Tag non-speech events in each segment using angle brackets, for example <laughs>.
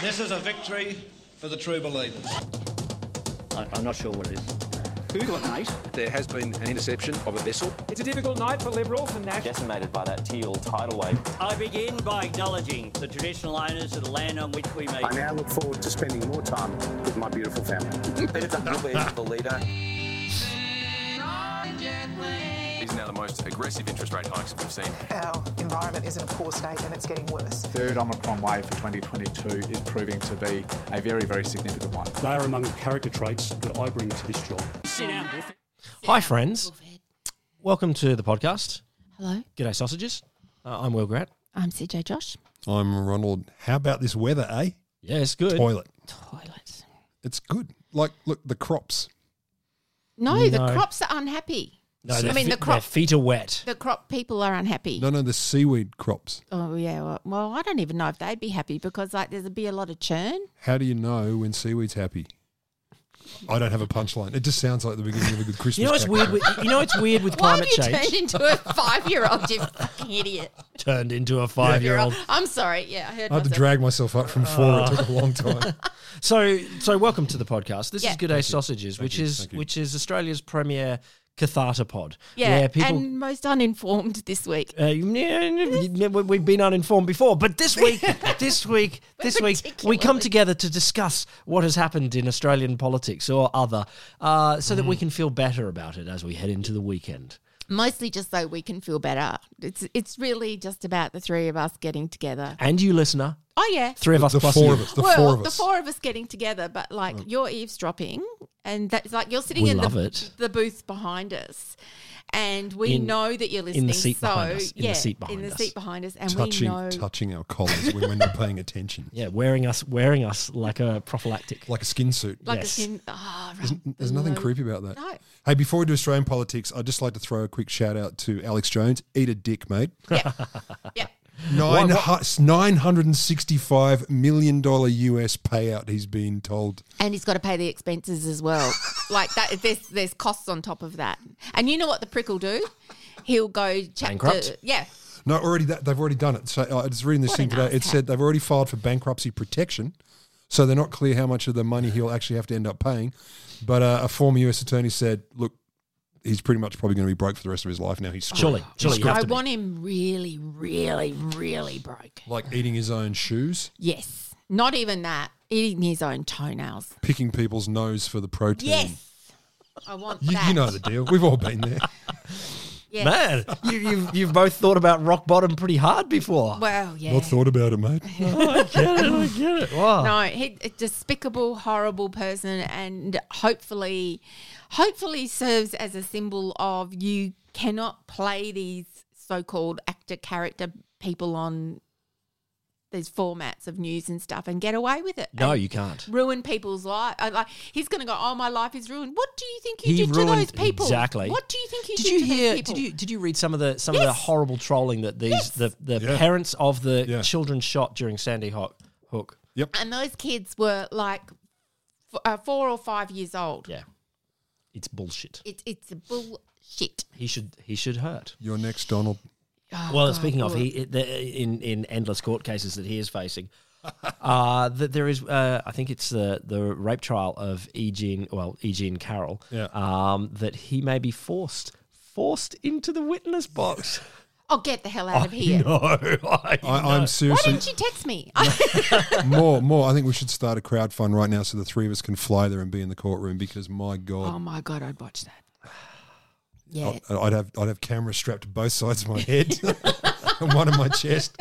This is a victory for the true believers. I, I'm not sure what it is. There has been an interception of a vessel. It's a difficult night for Liberals and Nationals. decimated by that teal tidal wave. I begin by acknowledging the traditional owners of the land on which we meet. I now look forward to spending more time with my beautiful family. Peter Duncan will be the leader. Is now the most aggressive interest rate hikes we've seen. Our environment is in a poor state and it's getting worse. third Omicron wave for 2022 is proving to be a very, very significant one. They are among the character traits that I bring to this job. Sit down, Biff. Hi, friends. Welcome to the podcast. Hello, G'day, sausages. Uh, I'm Will Grant. I'm CJ Josh. I'm Ronald. How about this weather, eh? Yeah, it's good. Toilet. Toilet. It's good. Like, look, the crops. No, the No. crops are unhappy. No, I their mean, fe- the crop, Their feet are wet. the crop people are unhappy. No, no, the seaweed crops. Oh yeah. Well, well, I don't even know if they'd be happy because like there'd be a lot of churn. How do you know when seaweed's happy? I don't have a punchline. It just sounds like the beginning of a good Christmas. You know what's pack. weird? With, you know what's weird with <laughs> Why have climate you change? turned into a five-year-old? You fucking idiot. Turned into a <laughs> five-year-old. I'm sorry. Yeah, I heard. I had to myself. drag myself up from four. It took a long time. <laughs> So, so welcome to the podcast. This Yeah. is Good Day Sausages, which you, is thank you. which is Australia's premier catharta pod. Yeah, where people. and most uninformed this week. uh, yeah, yeah, we- we've been uninformed before, but this week, this week, this week, we come Particularly. together to discuss what has happened in Australian politics or other, uh, so that we can feel better about it as we head into the weekend. Mostly just so we can feel better. It's it's really just about the three of us getting together. And you, listener, Oh yeah. three of us The plus four you. Mm. of us. The well, four of the us. four of us getting together, but like you're eavesdropping, and that's like you're sitting We in love the, it. the booth behind us, and we In- know that you're listening. in the seat so behind us, in the yeah, seat in behind the us. seat behind us, and touching, we know touching our collars when we're not paying attention, <laughs> Yeah, wearing us, wearing us like a prophylactic. like a skin suit. like yes. a skin. ah, right, There's nothing below- creepy about that. No. Hey, before we do Australian politics, I'd just like to throw a quick shout out to Alex Jones. Eat a dick, <laughs> mate. Yeah, Nine nine hundred and sixty-five million dollar US payout. He's been told. and he's got to pay the expenses as <laughs> well. like that, there's there's costs on top of that, and you know what the prick will do? He'll go chapter. Bankrupt? Yeah, No, already that they've already done it. So uh, I was reading this What thing an today. It asshat. said they've already filed for bankruptcy protection, so they're not clear how much of the money he'll actually have to end up paying. But uh, a former US attorney said, "Look, he's pretty much probably going to be broke for the rest of his life now. He's screwed. surely, surely you have I to be. want him really, really, really broke. like eating his own shoes, Yes, not even that. Eating his own toenails. picking people's nose for the protein." Yes. I want You, that. you know the deal. We've all been there. Yes. Man, <laughs> you, you've you've both thought about rock bottom pretty hard before. Oh, Well, yeah. Not thought about <laughs> it, mate. Wow. Oh. No, he, a despicable, horrible person, and hopefully, hopefully serves as a symbol of you cannot play these so-called actor character people on these formats of news and stuff and get away with it. No, and you can't. Ruin people's life. I, like he's going to go. Oh, my life is ruined. What do you think you He did ruined- to those people? Exactly. What do you think you Did did, you to those hear? people? Did you did you read some of the some of the Yes. horrible trolling that these Yes. the the Yeah. parents of the Yeah. children shot during Sandy Hook? Hook. And those kids were like f- uh, four or five years old. Yeah, it's bullshit. It, it's bullshit. He should he should hurt. Your next Donald. Oh, well, God, speaking of Will. he it- the, in in endless court cases that he is facing, <laughs> uh, that there is uh, I think it's the the rape trial of Eugene well Eugene Carroll. Yeah. Um, that he may be forced forced into the witness box. <laughs> oh, get the hell out of here. No, I, I, I'm Why seriously didn't you <laughs> text me? <laughs> I- <laughs> more, more. I think we should start a crowdfund right now so the three of us can fly there and be in the courtroom because my oh god, my God, I'd watch that. Oh, Yeah. I- I'd have I'd have cameras strapped to both sides of my head <laughs> and one in my chest.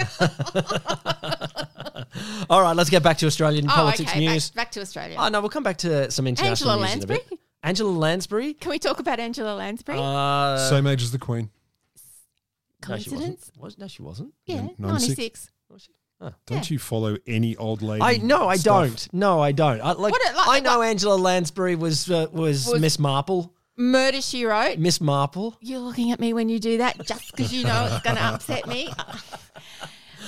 All right, let's get back to Australian oh, politics okay. news. Back, back to Australia. Oh no, we'll come back to some international Angela news in a bit. Lansbury? Angela Lansbury. Can we talk about Angela Lansbury? Uh, Same age as the Queen. No, Coincidence? she wasn't. Was, no, she wasn't. yeah, Nin- 96. 96. Was she? Huh. Don't you follow any old lady? I no, I stuff? don't. No, I don't. I, like, What a- like- I know like- Angela Lansbury was uh, was, Was- Miss Marple. Murder, she wrote. Miss Marple. You're looking at me when you do that just because you know <laughs> it's going to upset me.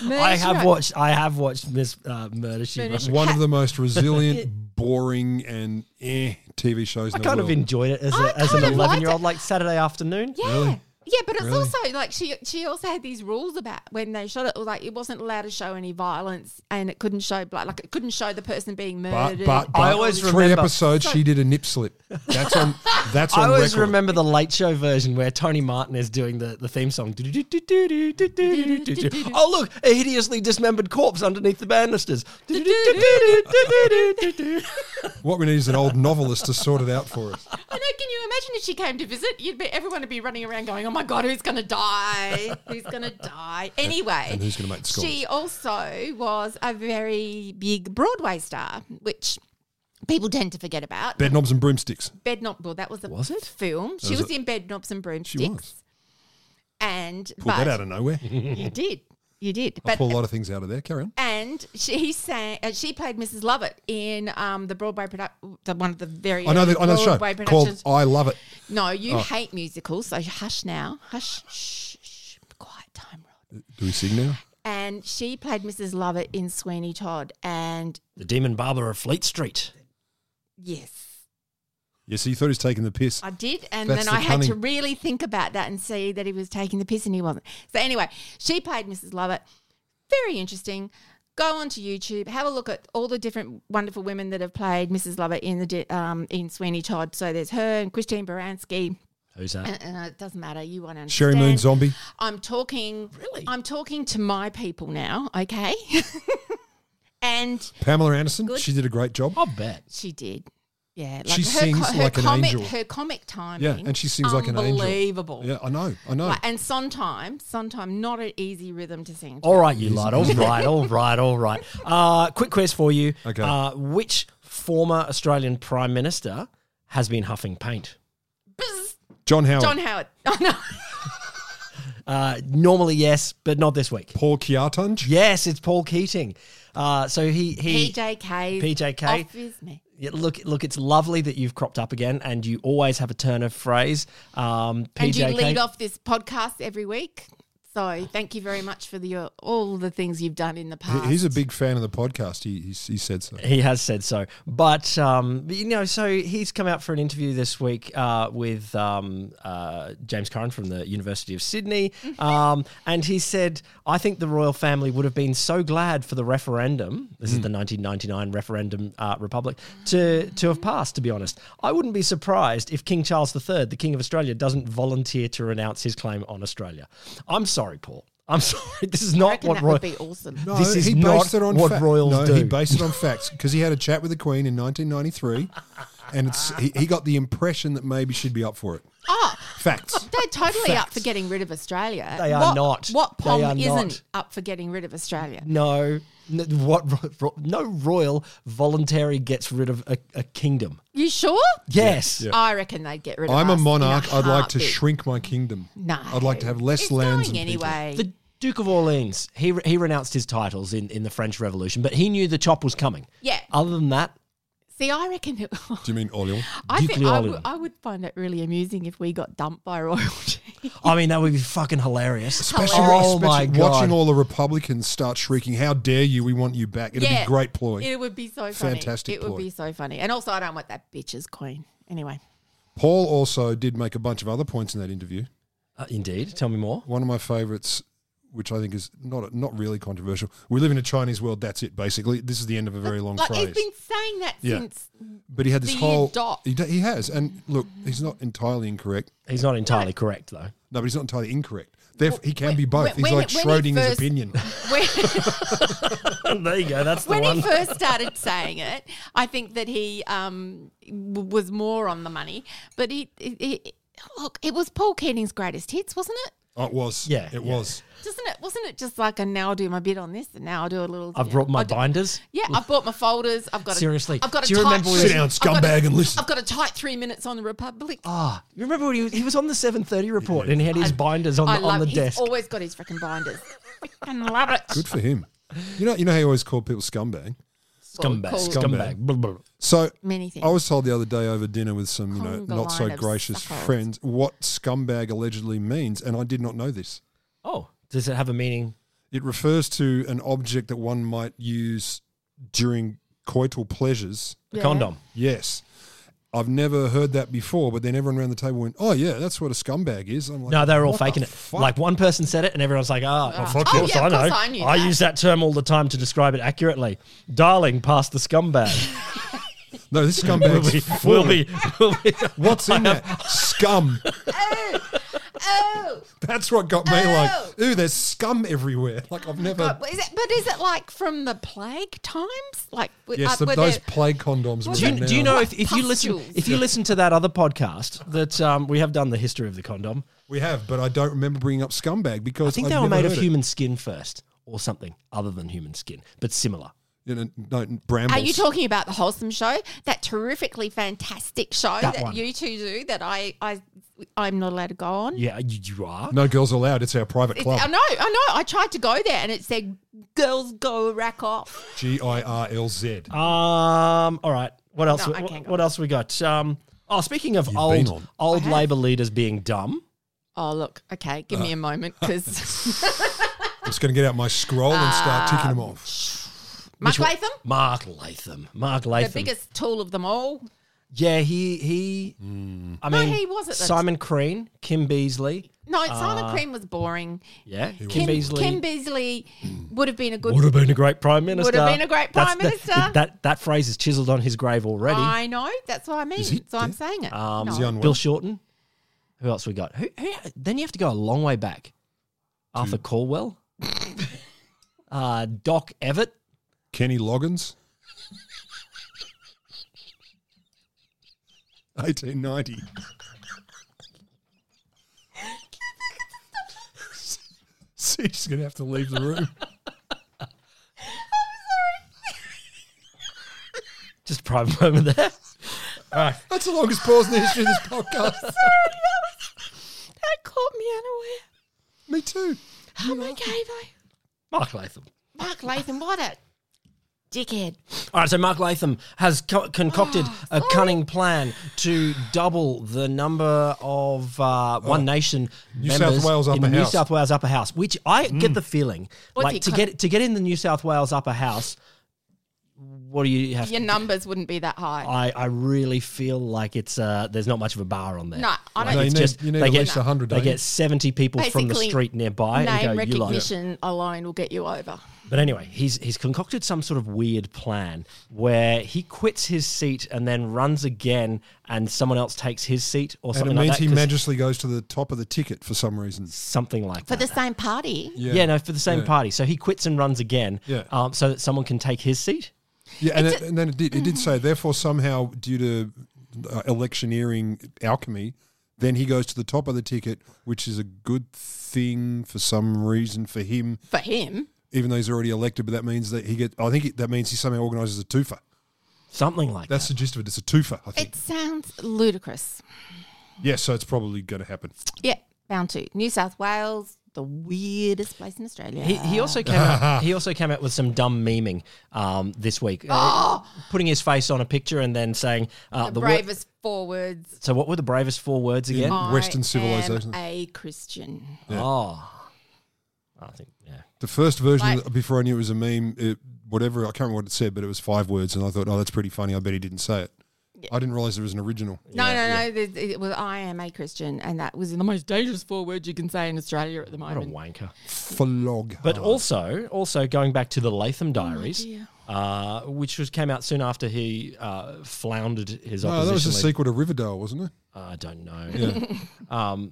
Murder, I She have Wrote. watched. I have watched Miss uh, Murder. She Murder, Wrote. She One of <laughs> the most resilient, boring, and eh TV shows. I in kind the of world. enjoyed it as, I a, as an kind of liked eleven year old, it. like Saturday afternoon. Yeah. Yeah, but it's Really? also like she she also had these rules about when they shot it. it was Like it wasn't allowed to show any violence, and it couldn't show blood. Like it couldn't show the person being But, murdered. but, but I always three remember- episodes So- she did a nip slip. That's on that's <laughs> I on always record. remember the Late Show version where Tony Martin is doing the, the theme song. Oh, look, a hideously dismembered corpse underneath the banisters. What we need is an old novelist to sort it out for us. I know. Can you imagine if she came to visit? You'd be everyone would be running around going, "Oh my god, who's going to die? Who's going to <laughs> die?" Anyway, and who's gonna make the scores? She also was a very big Broadway star, which people tend to forget about. Bed knobs and broomsticks. Bed Knob. Well, that was the Was it? film. She Was was, it? in Bed Knobs and Broomsticks. was. And Pulled but that out <laughs> of nowhere. you did, you did. I pull a lot of things out of there. Carry on. and she sang. Uh, she played Mrs. Lovett in um, the Broadway production, one of the very I know the, early I know the show Broadway called productions. I Love It. No, you Oh. hate musicals, so hush now. Hush, shh, shh, quiet time. Rod. Do we sing now? And she played Mrs. Lovett in Sweeney Todd, and The Demon Barber of Fleet Street. yes, Yes, he thought he was taking the piss. I did. And That's then the I had to cunning. really think about that and see that he was taking the piss, and he wasn't. So anyway, she played Mrs. Lovett. Very interesting. Go onto YouTube, have a look at all the different wonderful women that have played Mrs. Lovett in the di- um, in Sweeney Todd. So there's her and Christine Baranski. Who's Uh, that? uh, it doesn't matter. You won't understand. Sherry Moon Zombie. I'm talking. Really? I'm talking to my people now. Okay. <laughs> and Pamela Anderson. Good. She did a great job. I'll bet. she did. Yeah. She sings like an comic, angel. Her comic timing. Yeah, and she sings like an angel. Unbelievable. Yeah, I know. I know. Like, and sometime, sometime not an easy rhythm to sing. Oh. to. All right, you lot. All right, all right, all right. Uh, quick quiz for you. Okay. Uh, which former Australian Prime Minister has been huffing paint? Bzz. John Howard. John Howard. <laughs> Oh no. Uh, normally, yes, but not this week. Paul Keatunge. Yes, it's Paul Keating. Uh, so he he. PJK. PJK. Off with me. Yeah, look, look! It's lovely that you've cropped up again, and you always have a turn of phrase. Um, PJK. And you lead off this podcast every week. So thank you very much for the uh, all the things you've done in the He- past. He's a big fan of the podcast. He, he, he said so. He has said so, but um, you know, so he's come out for an interview this week uh, with um, uh, James Curran from the University of Sydney, Mm-hmm. um, and he said, "I think the royal family would have been so glad for the referendum. This is the Mm. 1999 referendum, uh, Republic, to to have passed. To be honest, I wouldn't be surprised if King Charles III, the King of Australia, doesn't volunteer to renounce his claim on Australia. I'm sorry, Paul." I'm <laughs> sorry. This is I not reckon what that royal. would be awesome. No, This is he not based it on what fact- royals no, do. He <laughs> based it on facts because he had a chat with the Queen in 1993, and it's he, he got the impression that maybe she'd be up for it. Oh, Facts. They're totally up Facts. for getting rid of Australia. They are What- not. What They pom are isn't not. up for getting rid of Australia? No, n- what? ro- ro- No royal voluntary gets rid of a, a kingdom. You sure? Yes. Yeah. I reckon they'd get rid of. I'm a us in monarch. i I'd like to heartbeat. shrink my kingdom. No, I'd like to have less it's lands. Going and people. anyway. The Duke of Orleans, he re- he renounced his titles in, in the French Revolution, but he knew the chop was coming. Yeah. Other than that, See, I reckon. It, Do you mean Orleans? I think I Duke would, Leolin. I would find it really amusing if we got dumped by <laughs> royalty. I mean, that would be fucking hilarious. Especially, oh especially my god! watching all the Republicans start shrieking, "How dare you? We want you back!" It'd be a great ploy. It would be so funny. Fantastic It would ploy. be so funny. And also, I don't want that bitch as queen. Anyway, Paul also did make a bunch of other points in that interview. Uh, indeed. Tell me more. One of my favourites, which I think is not not really controversial. We live in a Chinese world. That's it. Basically, this is the end of a very long like phrase. he's been saying that Yeah. since. but he had this Do you whole. dot? He, d- he has, and look, he's not entirely incorrect. He's not entirely correct though. No, but he's not entirely incorrect. Therefore, he can be both. when- he's when- like when he Schrodinger's first- opinion. <laughs> <laughs> When, there you go. That's the when one. he first started saying it, I think that he um, w- was more on the money. But he, he- he- look, it was Paul Keating's greatest hits, wasn't it? Oh, it <laughs> was. Yeah, it yeah. was. Doesn't it? Wasn't it just like a now I'll do my bit on this and now I'll do a little. I've brought my I'll do- binders. Yeah, I've bought my folders. I've got Seriously, A, I've got a do you tight remember when- Sit down, I've got a- scumbag, and listen. I've got a tight three minutes on the Republic. Ah, you remember when he was, he was on the seven thirty report and he had his binders on I the, love. on the he's desk. always got his freaking binders. Freaking love it. Good for him. You know, you know how he always called people scumbag. Scumbag, Cool. scumbag, blah, blah, blah. So Many things. I was told the other day over dinner with some, you know, Conga not so line of gracious suckers. friends what scumbag allegedly means, and I did not know this. Oh, does it have a meaning? It refers to an object that one might use during coital pleasures. A condom. Yes. I've never heard that before, but then everyone around the table went, "Oh yeah, that's what a scumbag is." I'm like, no, they were all "What the faking it. fuck?" Like one person said it, and everyone's like, "Ah, Ah. of Oh, course yeah, I of know. course I knew that." use that term all the time to describe it accurately. Darling, pass the <laughs> scumbag. <laughs> no, this we'll, scumbag's be, full. we'll be. We'll <laughs> be. What's <laughs> in that scum? Oh, That's what got me like, ooh, there's scum everywhere. Like I've never. God, is it, but is it like from the plague times? Like, w- Yes, uh, the, were those there- plague condoms. Was Do were you, in do you there. know if, if you listen Pustules. if you listen to that other podcast that um, we have done the history of the condom? We have, but I don't remember bringing up scumbag because I think I've they were never made of heard it. human skin first, or something other than human skin, but similar. You know, no, brambles. Are you talking about the wholesome show? That terrifically fantastic show That that, one. you two do that I, I I'm not allowed to go on. Yeah, you, you are. No girls allowed. It's our private It's, club. I know, I know. I tried to go there and it said girls go rack off. G I R L Z. Um. All right. What else? No, I what, can't go. what else we got? Um. Oh, speaking of You've been old on. old I have. Labor leaders being dumb. Oh look, okay, give me a moment Uh. <laughs> <laughs> because I'm just going to get out my scroll and start ticking them off. Mark Which one- Latham, Mark Latham. Mark the Latham. biggest tool of them all. yeah, he he. I No, mean, he was at the- Simon Crean, Kim Beasley. No, Simon Crean was boring. Ah. Yeah, Kim, Kim, Beasley. Kim Beasley would have been a good. would have been a great prime minister. been a great Prime That's the- Minister. that that phrase is chiseled on his grave already. I know. That's what I mean. Is he So I'm dead? saying it. Um, Is he unwell? Bill Shorten. Who else we got? Who, who, then you have to go a long way back. Arthur <laughs> Caldwell. uh, Doc Evett. Kenny Loggins. <laughs> 1890. <laughs> See, she's going to have to leave the room. Just a private <laughs> moment there. All right. That's the longest pause in the history of this podcast. that caught me unaware. Me too. Oh my god, Mark Latham. Mark Latham, what a dickhead. All right, so Mark Latham has co- <gasps> concocted a sorry. cunning plan to double the number of uh, One Nation Oh. New South members Wales in upper New house. Mm. South Wales upper house. Which I get the feeling, What's like he to con- get to get in the New South Wales upper house. What do you have? Your to, numbers wouldn't be that high. I I really feel like it's uh, there's not much of a bar on there. No, I Like, don't- They it's need- just you need they at get least 100, They don't you? get seventy people from the Basically, street nearby Name and go, "You like it." recognition alone will get you over. But anyway, he's he's concocted some sort of weird plan where he quits his seat and then runs again, and someone else takes his seat or And it something means like that. he 'cause magically goes to the top of the ticket for some reason. something like For that. the same party. yeah. no, for the same party. So he quits and runs again, Yeah. um, so that someone can take his seat. Yeah, and, it, and then it did. It did say, therefore, somehow due to uh, electioneering alchemy, then he goes to the top of the ticket, which is a good thing for some reason for him, For him. even though he's already elected. But that means that he gets. I think it, that means he somehow organises a twofer. Something like That's the gist of it. It's a twofer, I think. It sounds ludicrous. yes, so it's probably going to happen. Yeah, bound to. New South Wales, the weirdest place in Australia. that. He, he also came <laughs> out, he also came out with some dumb memeing um, this week, uh, putting his face on a picture and then saying uh, Ah! the, the, wor- bravest forwards. so what were the bravest four words again? In Western civilization. Am a Christian. Oh, I think yeah. The first version, Like- before I knew it was a meme, it, whatever, I can't remember what it said, but it was five words. And I thought, oh, that's pretty funny. I bet he didn't say it. I didn't realize there was an original. No, no, no. the- It was I am a Christian, and that was the most dangerous four words you can say in Australia at the What a moment. wanker. Flog. Oh. But also, also going back to the Latham Diaries, Oh. dear. uh, which was came out soon after he uh, floundered his no, opposition. that was a lead- sequel to Riverdale, wasn't it? I don't know. Yeah. <laughs> um,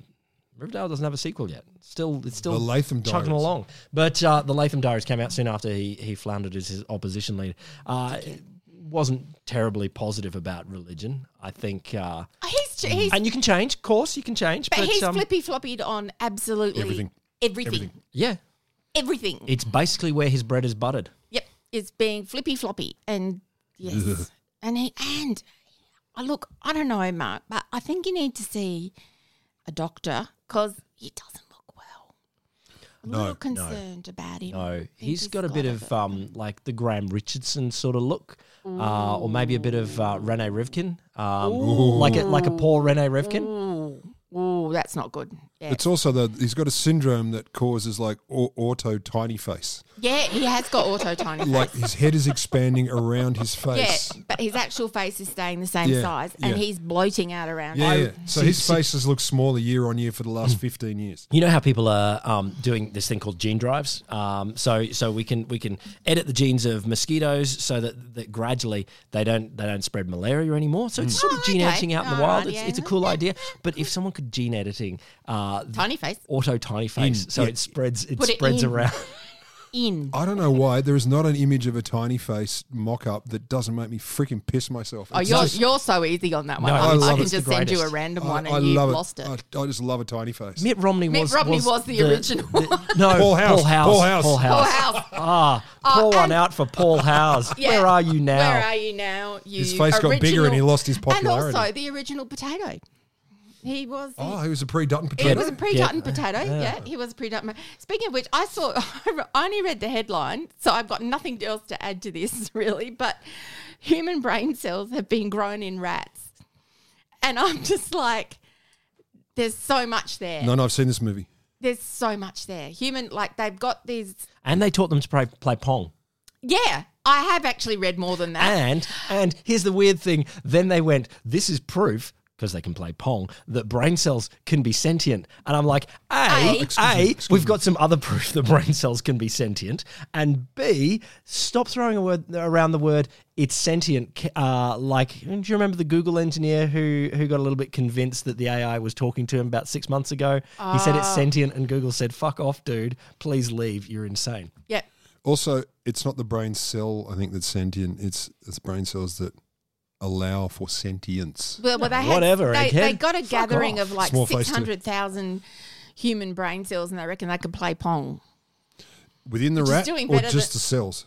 Riverdale doesn't have a sequel yet. Still, it's still The Latham chugging Diaries. along. But uh, the Latham Diaries came out soon after he he floundered as his opposition leader. Uh, wasn't terribly positive about religion. I think, uh, He's he's and you can change. Of course, you can change. But, but he's um, flippy floppied on absolutely Everything. everything, everything. Everything. yeah, it's basically where his bread is buttered. Yep, it's being flippy floppy, <laughs> and yes, and he and I look, I don't know, Mark, but I think you need to see a doctor because he doesn't look well. I'm a little concerned about him. I No, think he's got a bit of it. um, like the Graham Richardson sort of look, uh, Mm. or maybe a bit of uh, Rene Rivkin, um, like a like a poor Rene Rivkin. Ooh, that's not good. Yeah. <laughs> It's also that he's got a syndrome that causes like au- auto tiny face. yeah, he has got auto <laughs> tiny. Like his head is expanding around his face. <laughs> Yeah, but his actual face is staying the same Yeah, size, and yeah. he's bloating out around. Yeah, it. yeah. So see- his see- faces look smaller year on year for the Hmm. last 15 years. You know how people are um, doing this thing called gene drives. Um, so so we can we can edit the genes of mosquitoes so that, that gradually they don't they don't spread malaria anymore. So it's sort of gene Mm. Oh, okay. editing out in the All right, wild. It's, yeah. it's a cool idea. But if someone could gene editing uh, the Tiny face. auto tiny face, In, so yeah. it spreads it Put it spreads in. around. In. I don't know why there is not an image of a tiny face mock up that doesn't make me freaking piss myself. Oh, It's you're, just- you're so easy on that one. No, I, I love I can it. just It's the send you a greatest. random I- one I and you love lost it. I, I just love a tiny face. Mitt Romney Mitt was Romney was the original one. no, <laughs> Paul Paul House. House, Paul House. Paul House. Paul House. <laughs> Ah, Oh, pour one and- out for Paul House. <laughs> Yeah. Where are you now? Where are you now? You His face got bigger and he original- lost his And popularity. also the original potato. He was. the- oh, he was a pre Dutton He potato. was a pre-Dutton Yeah. potato. Yeah. he was a pre-Dutton. ma- Speaking of which, I saw. <laughs> I only read the headline, so I've got nothing else to add to this <laughs> really. But human brain cells have been grown in rats, and I'm <laughs> just like, there's so much there. no, no, I've seen this movie. There's so much there. Human, like they've got these. And they taught them to play, play pong. Yeah, I have actually read more than that. And and here's the weird thing. Then they went, this is proof because they can play pong that brain cells can be sentient. And I'm like, A. a, Excuse a, me, excuse we've me. got some other <laughs> proof that brain cells can be sentient, and b, stop throwing a word around the word it's sentient. c- Uh, like, do you remember the Google engineer who who got a little bit convinced that the AI was talking to him about six months ago? He said Ah. it's sentient, and Google said, "Fuck off, dude. Please leave. You're insane." yeah, Also, it's not the brain cell, I think, that's sentient. It's, it's brain cells that allow for sentience. well, well they had, Whatever, They, egghead. they got a Fuck gathering off. of like Small face too. six hundred thousand human brain cells, and they reckon they could play pong. Within the Which is rat doing or better just than- the cells?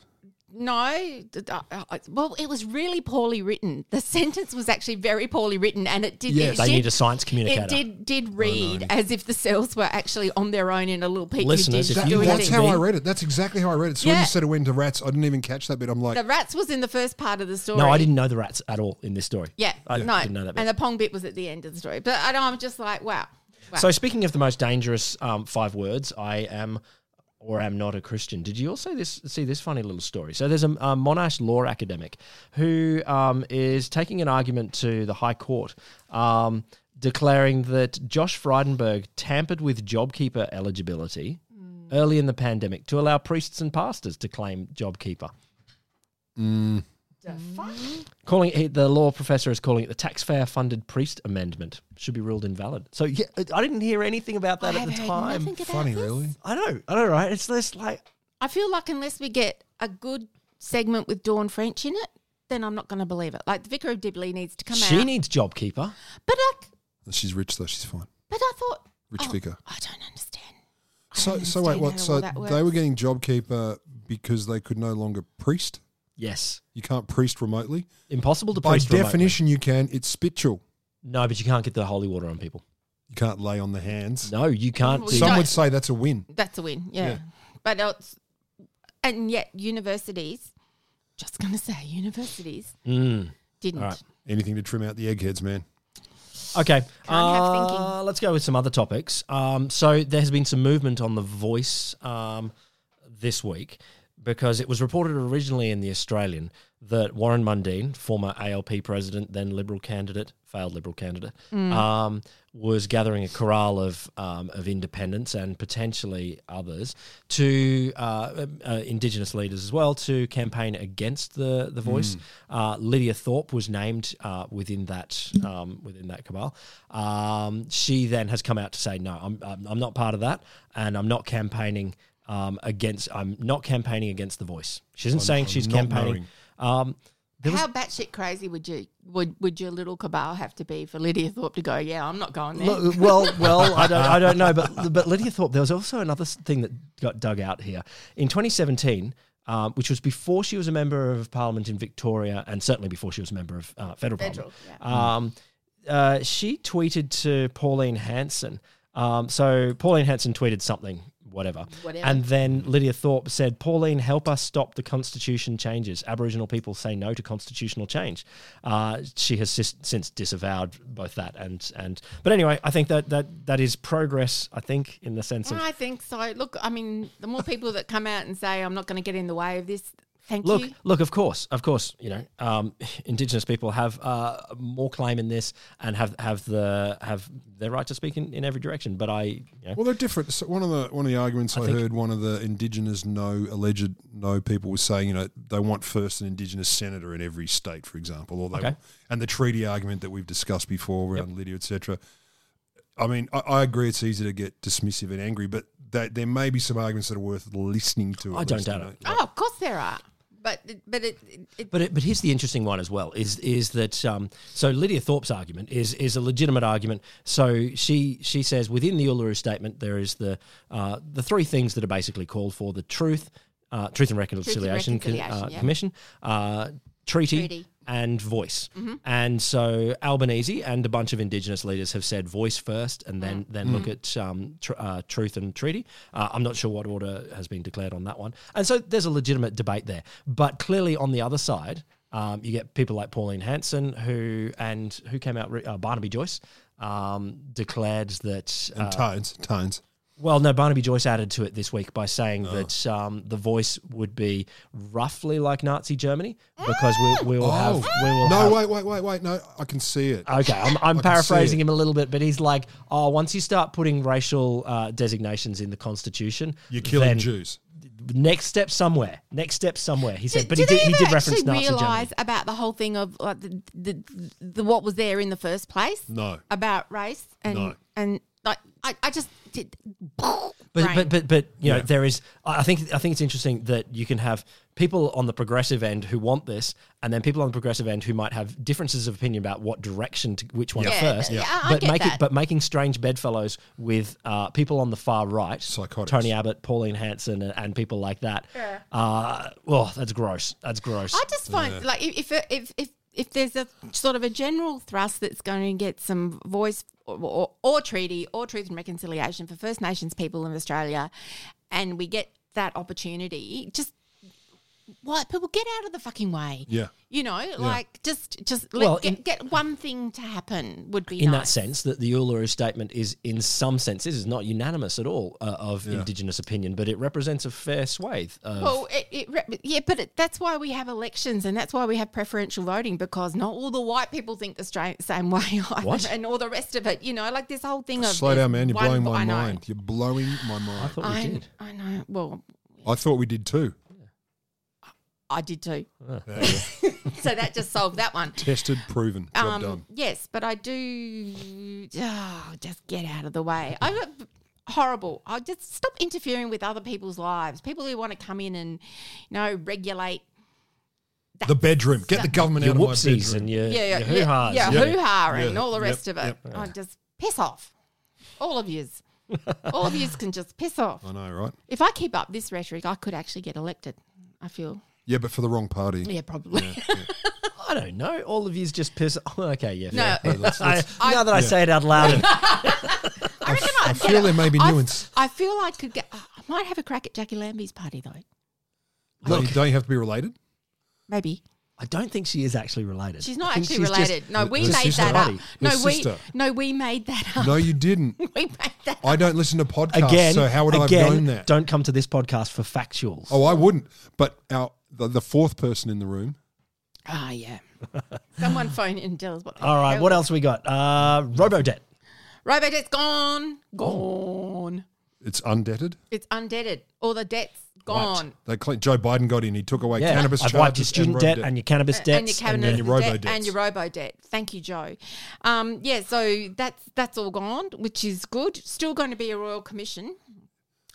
No, th- uh, uh, well, it was really poorly written. The <laughs> sentence was actually very poorly written, and it did. Yes. it They did- need a science communicator. Oh, It did did read as if the cells were actually on their own in a little petri Listeners, dish if That- you doing want that's things. to how be- I read it. That's exactly how I read it. So when Yeah. you said it went to rats, I didn't even catch that bit. I'm like, the rats was in the first part of the story. No, I didn't know the rats at all in this story. Yeah, I no, didn't know that. Bit. and the pong bit was at the end of the story. But I know I'm just like, wow. wow. So speaking of the most dangerous um, five words, I am or am not a Christian. Did you also this see this funny little story? So there's a, a Monash law academic who um, is taking an argument to the High Court. Um, Declaring that Josh Frydenberg tampered with JobKeeper eligibility early in the pandemic to allow priests and pastors to claim JobKeeper. Mm. Calling it, the law professor is calling it the taxpayer funded priest amendment should be ruled invalid. So yeah, I didn't hear anything about that I at have the heard time. nothing about funny, this. really. I know, I know, right? It's just like I feel like unless we get a good segment with Dawn French in it, then I'm not going to believe it. Like the Vicar of Dibley needs to come she out. needs JobKeeper. but like, "Oh, she's rich though. She's fine. but I thought oh, Rich vicar. I don't understand. I So, don't so wait, understand what? how So all that they were works. getting JobKeeper because they could no longer priest. Yes, You can't priest remotely. impossible to By priest remotely. definition, you can. It's spiritual. No, but you can't get the holy water on people. You can't lay on the hands. No, you can't. Well, do- you Some don't- would say that's a win. That's a win, yeah. Yeah. But it's, and yet universities, just going to say universities Mm. didn't. All right. Anything to trim out the eggheads, man. Okay. have uh, thinking. Let's go with some other topics. Um, so there has been some movement on The Voice um, this week because it was reported originally in The Australian that Warren Mundine, former ALP president, then Liberal candidate, failed Liberal candidate, um, was gathering a corral of, um, of independents and potentially others to uh, uh, Indigenous leaders as well to campaign against the, the voice. Uh, Lydia Thorpe was named uh, within that um, within that cabal. Um, she then has come out to say, "No, I'm, I'm I'm not part of that, and I'm not campaigning um, against. I'm not campaigning against the voice." She isn't saying I'm she's not campaigning. Um, there was- How batshit crazy would you would would your little cabal have to be for Lydia Thorpe to go? Yeah, I'm not going there. Look, well, well, I don't, I don't know, <laughs> but but Lydia Thorpe. There was also another s- thing that got dug out here in 2017, um, which was before she was a member of Parliament in Victoria, and certainly before she was a member of uh, federal, Federal, Parliament. Um, uh, she tweeted to Pauline Hanson. Um, so Pauline Hanson tweeted something whatever. Whatever. And then Lydia Thorpe said, Pauline, help us stop the constitution changes. Aboriginal people say no to constitutional change. Uh, she has sis- since disavowed both that and and. But anyway, I think that that that is progress. I think in the sense of I think so. Look, I mean, the more people that come out and say, I'm not going to get in the way of this, thank look, you. look. Of course, of course. You know, um, Indigenous people have uh, more claim in this and have have the have their right to speak in, in every direction. But I, you know, Well, they're different. So one of the one of the arguments I, think- heard one of the indigenous no alleged no people was saying, you know, they want first an indigenous senator in every state, for example, or they Okay. and the treaty argument that we've discussed before around Lydia, etc. I mean, I, I agree it's easy to get dismissive and angry, but that, there may be some arguments that are worth listening to. I at don't least, doubt you know. it. Oh, of course there are. But, but it, it, But it, but here's the interesting one as well is is that um, so Lydia Thorpe's argument is is a legitimate argument. So she she says within the Uluru Statement there is the uh, the three things that are basically called for: the truth, uh, truth and reconciliation, Co- Reconciliation, uh, yeah. commission, uh, treaty, Treaty. and voice. Mhm. And so Albanese and a bunch of Indigenous leaders have said voice first, and then then look at um, tr- uh, truth and treaty. Uh, I'm not sure what order has been declared on that one. And so there's a legitimate debate there, but clearly on the other side, um, you get people like Pauline Hanson who and who came out re- uh, Barnaby Joyce um, declared that And uh, tones, tones. well, no, Barnaby Joyce added to it this week by Oh. saying that um, the voice would be roughly like Nazi Germany Ah! because we, we will have we will Oh. no, have- wait, wait, wait, wait. No, I can see it. Okay, I'm, I can I'm see paraphrasing it. him a little bit, but he's like, oh, once you start putting racial uh, designations in the constitution, You're killing then Jews. Next step somewhere. Next step somewhere. He said, but he they did, he ever did reference actually Nazi Germany. realise about the whole thing of like, the, the, the what was there in the first place? No. about race and No. and like I, I just did. But But, but but but you know Yeah. there is. I I think I think it's interesting that you can have people on the progressive end who want this, and then people on the progressive end who might have differences of opinion about what direction to which one Yeah, first. yeah, I- I But get make it that. but making strange bedfellows with uh, people on the far right, Psychotics. Tony Abbott, Pauline Hanson, and, and people like that. Yeah. Uh, well, that's gross. That's gross. I just find like if if if if if there's a sort of a general thrust that's going to get some voice or, or, or treaty or truth and reconciliation for First Nations people in Australia, and we get that opportunity, just white people get out of the fucking way. Yeah. You know, like just just let, Well, get, in- get one thing to happen would be in that nice. sense that the Uluru Statement is, in some senses, is not unanimous at all uh, of Indigenous opinion, but it represents a fair swathe. Of, Well, it, it re- yeah, but it, that's why we have elections and that's why we have preferential voting because not all the white people think the stra- same way <laughs> either, What? and all the rest of it. You know, like this whole thing of Slow down, man. You're one- blowing my I know. mind. You're blowing my I mind. thought we I, did. I know. Well, I thought we <laughs> did too. I did too. <laughs> Yeah. So that just solved that one. Tested, proven, job Um, done. Yes, but I do. Oh, just get out of the way. I horrible. I just stop interfering with other people's lives. People who want to come in and you know regulate. The bedroom. Get the government Your out of my whoopsies bedroom. and your, yeah, yeah, your hoo-has. yeah, Yeah. hoo ha, and Yeah. all the Yep, rest of it. yep. I just piss off. All of <laughs> yous, all of yous can just piss off. I know, right? If I keep up this rhetoric, I could actually get elected. I feel, Yeah, but for the wrong party. yeah, probably. <laughs> I don't know. All of yous just piss. <laughs> Oh, okay, yeah. No. fair. Yeah, <laughs> that's- I- that's- now that I say it out loud, I reckon I I'd get feel it. there may be <laughs> I- nuance. I feel I could get. I might have a crack at Jackie Lambie's party though. Don't you- don't you have to be related? <laughs> Maybe I don't think she is actually related. she's not I think actually she's just- related. <laughs> no, we Her made sister. that up. Her No, we sister. no, we made that up. No, you didn't. <laughs> we made that. I don't listen to podcasts, Again, Oh, so how would I have again, known that? Don't come to this podcast for factuals. Oh, I wouldn't. But our the, the fourth person in the room. Ah, yeah. Someone phone in and tell us what. the All right, hell- what else we got? Uh, Robodebt. Robo debt's gone, gone. It's undebted. It's undebted. All the debts gone. They clean, Joe Biden got in. He took away Yeah, cannabis I've wiped charges your student and debt road and your cannabis debts and your cabinet your- your robo debt and debts. your robo debt. Thank you, Joe. Um, yeah, so that's that's all gone, which is good. Still going to be a royal commission.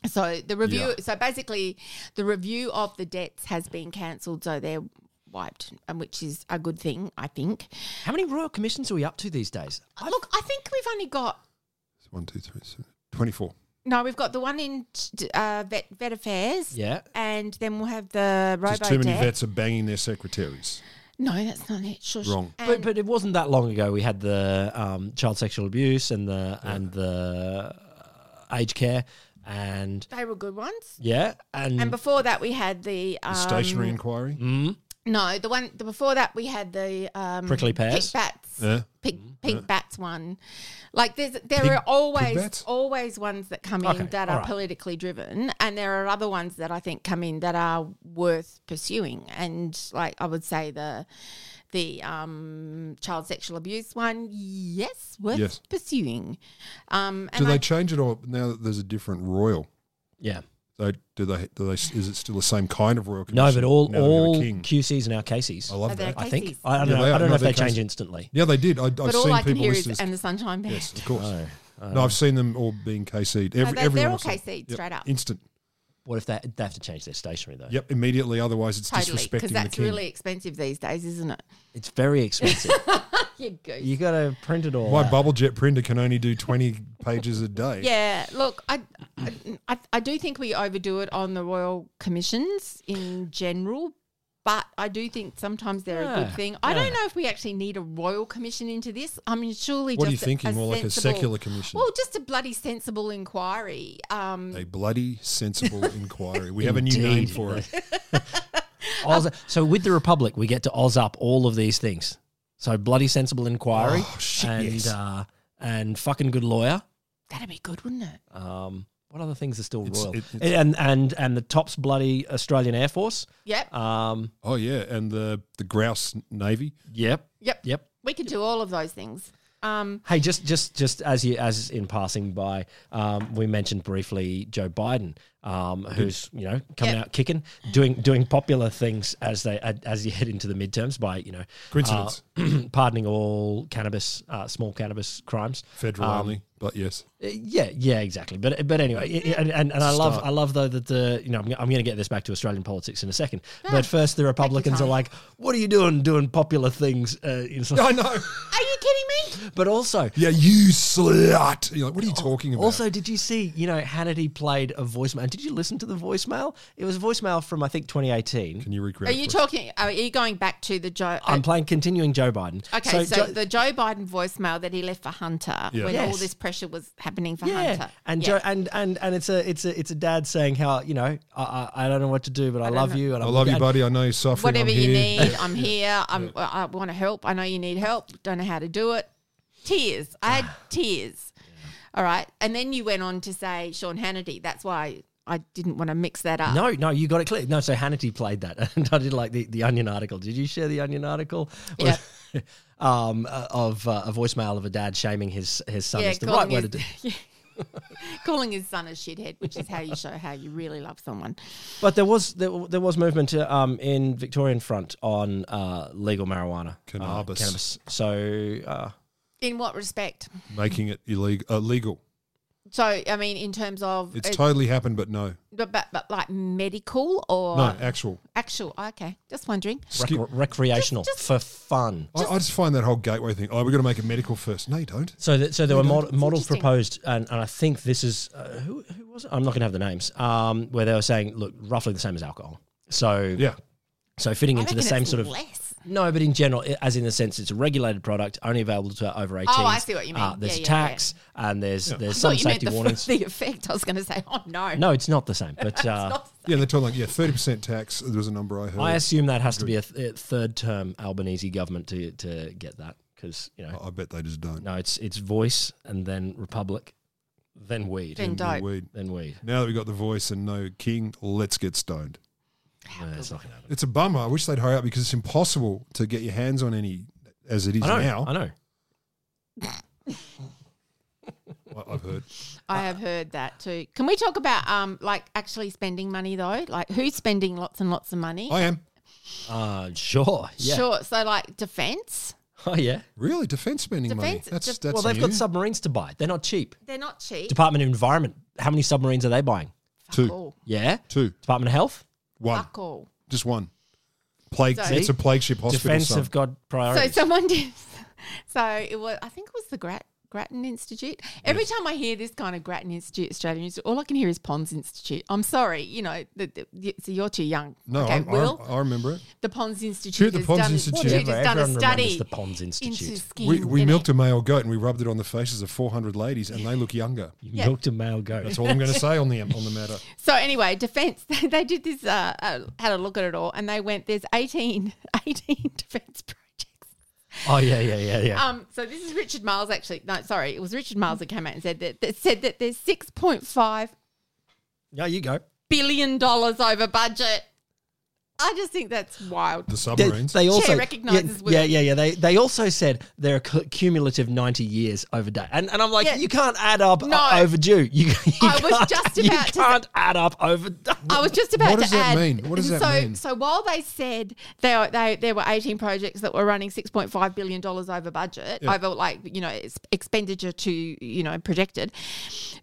So the review. Yeah. So basically, the review of the debts has been cancelled. So they're wiped, and which is a good thing, I think. How many royal commissions are we up to these days? Look, I think we've only got One, two, three, seven, 24. no. We've got the one in uh, vet, vet affairs. Yeah. And then we'll have the robo Just too many debt. vets are banging their secretaries. No, that's not it. Shush. Wrong. But And- but it wasn't that long ago. We had the um, child sexual abuse and the and the uh, age care. and They were good ones. yeah, and, And before that, we had the, um, Mm. Stationary inquiry. Mm, No, the one the, before that we had the um, Prickly pears? pink bats, Mm-hmm. Yeah. pink, Yeah. pink bats one. Like there's there Pig- are pig always bats? always ones that come Okay, in that all are right. politically driven, and there are other ones that I think come in that are worth pursuing. And like I would say the the um, child sexual abuse one, yes, worth Yes. pursuing. Um, Do and they I, change it or now that there's a different royal? Yeah. So do they? Do they? Is it still the same kind of royal? no, Commission but all now that we have a all king? QCs are now Casey's. I love Are they that. I think Casey's? I don't Yeah, know. I they are. don't know No, if they're they change Casey's. instantly. Yeah, they did. I, I've but seen all I can people hear list is as- and the sunshine band. Yes, of course. No, no, I've seen them all being KC'd. Every, No, they- everyone Oh, they're all I've seen. KC'd Yep, straight up. Instant. What if they they have to change their stationery though? Yep, immediately. Otherwise, <laughs> it's Totally, disrespecting because the that's king. really expensive these days, isn't it? It's very <laughs> expensive. you goose. you got to print it all. My out. bubble jet printer can only do twenty <laughs> pages a day. Yeah, look, I, I, I- I do think we overdo it on the royal commissions in general, but I do think sometimes they're a Yeah, good thing. I yeah. don't know if we actually need a royal commission into this. I mean, surely. What are just you thinking? More like a sensible- secular commission? Well, just a bloody sensible inquiry. Um, A bloody <laughs> sensible inquiry. We have a new name Indeed. for it. <laughs> Oz, so with the Republic, we get to Oz up all of these things. So bloody sensible inquiry Oh, shit, and yes. uh, and fucking good lawyer. that'd be good, wouldn't it? Uh, Um, what other things are still It's- royal? it- it's- and and and the tops bloody Australian Air Force. Yep. Um, oh yeah, and the the grouse navy. Yep. Yep. Yep. We could do all of those things. Um, Hey, just just just as you as in passing by, um, we mentioned briefly Joe Biden, um, who's you know coming Yeah. out kicking, doing doing popular things as they as you head into the midterms by you know Coincidence. uh, <clears throat> pardoning all cannabis uh, small cannabis crimes, Federal Um, only, but yes. Yeah, yeah, exactly. But but anyway, i- i- and, and, and I love I love though that the you know I'm, I'm going to get this back to Australian politics in a second. But first, the Republicans are Ah, time. like, "What are you doing? Doing popular things?" Uh, it's like- I know. are you kidding me? But also, Yeah, you slut. You're like, what are you talking about? Also, did you see, you know, Hannity played a voicemail? Did you listen to the voicemail? It was a voicemail from, I think, 2018. Can you Are recreate? you it? talking? Are you going back to the Joe? I'm playing continuing Joe Biden. Okay, so, Jo- the Joe Biden voicemail that he left for Hunter Yeah. when all Yes. this pressure was happening for yeah, Hunter. and Yeah. Joe, and and and it's a it's a it's a dad saying how you know I I, I don't know what to do, but I, love you and I I'm love you, and- buddy. I know you're suffering. Whatever I'm you here. need, <laughs> I'm here. I'm, I want to help. I know you need help. Don't know how to do it. Tears. I <sighs> had tears. All right. And then you went on to say Sean Hannity. That's why I didn't want to mix that up. No, no, you got it clear. No, so Hannity played that, <laughs> and I did like the, the Onion article. Did you share the Onion article? Yeah. um, uh, of uh, a voicemail of a dad shaming his his son Yeah, is the calling right way to his- <laughs> do. Calling his son a shithead, which is how you show how you really love someone. But there was there, there was movement uh, um, in Victorian front on uh, legal marijuana, Cannabis. Uh, cannabis. So uh, In what respect? Making it illegal. Uh, legal. So, I mean, in terms of. It's it- totally happened, but no, But, but, but like medical or no uh, actual. actual? Oh, Okay, just wondering. rec- Skip- recreational for fun. I, I just find that whole gateway thing. Oh, we've got to make it medical first. No, you don't. So, that, so there were Okay. mod- models interesting. proposed, and, and I think this is uh, who, who was it? I'm not going to have the names. Um, where they were saying, look, roughly the same as alcohol. So Yeah. so fitting into the reckon same it's sort of less. no, but in general, i- as in the sense, it's a regulated product, only available to over 18. Oh, I see what you mean. Uh, there's a Yeah, yeah, yeah. tax, and there's there's I some thought you meant safety the, warnings. <laughs> the effect. I was going to say, oh no, No, it's not the same, <laughs> but uh, Yeah, they're talking like yeah, thirty percent tax. There was a number I heard. I assume that has to be a, th- a third term Albanese government to to get that because you know I bet they just don't. no, it's it's voice and then republic, then weed, Then No dope. weed. then weed. Now that we got the voice and no king, let's get stoned. No, that's not gonna happen. It's a bummer. I wish they'd hurry up because it's impossible to get your hands on any as it is I know. now. I know. I- I've heard. I have heard that too. Can we talk about um, like actually spending money though? Like who's spending lots and lots of money? I am Uh, sure. Oh, Yeah. Sure. So like defense, <laughs> Oh yeah. really defense spending money. Defence- That's def- that's well, they've got new. submarines to buy. They're not cheap. they're not cheap. Department of Environment. How many submarines are they buying? two, Fuck all. Yeah. two, Department of Health. one, Fuck all. just one. Plague. So- it's a plague ship hospital. Defense son. have got <laughs> So priorities. someone did. So it was. I think it was the Grat Grattan Institute. Every time I hear this kind of Grattan Institute, Australian Institute, all I can hear is Pons Institute. I'm sorry, you know, the, the, so you're too young. No, okay, I'm- I, Will, I, remember it. the Pons Institute the has Pons done, Institute. Institute has Whatever, done a everyone remembers study the Pons into skin. We, we and milked a male goat and we rubbed it on the faces of 400 ladies and they look younger. You Yeah. milked a male goat. That's all I'm going to say on the on the matter. So anyway, <laughs> defense they did this uh, uh, had a look at it all and they went there's <laughs> 18 18 defense projects. Oh yeah, yeah, yeah, yeah. Um so this is Richard Miles actually. No, sorry, it was Richard Miles that came out and said that, that said that there's 6.5 no, you go. billion dollars over budget. I just think that's wild. The They, submarines. they also Chair recognises yeah, women. yeah, yeah, yeah. They they also said they're a cu- cumulative ninety years overdue, and and I'm like, Yeah. you can't add up No. uh, overdue. You, <laughs> you I was can't- just you about to say- can't add up overdue. I was just about What to does that add. mean? What does that so, mean? So while they said they, are- they there were 18 projects that were running 6.5 billion dollars over budget, Yeah. over like you know ex- expenditure to you know projected.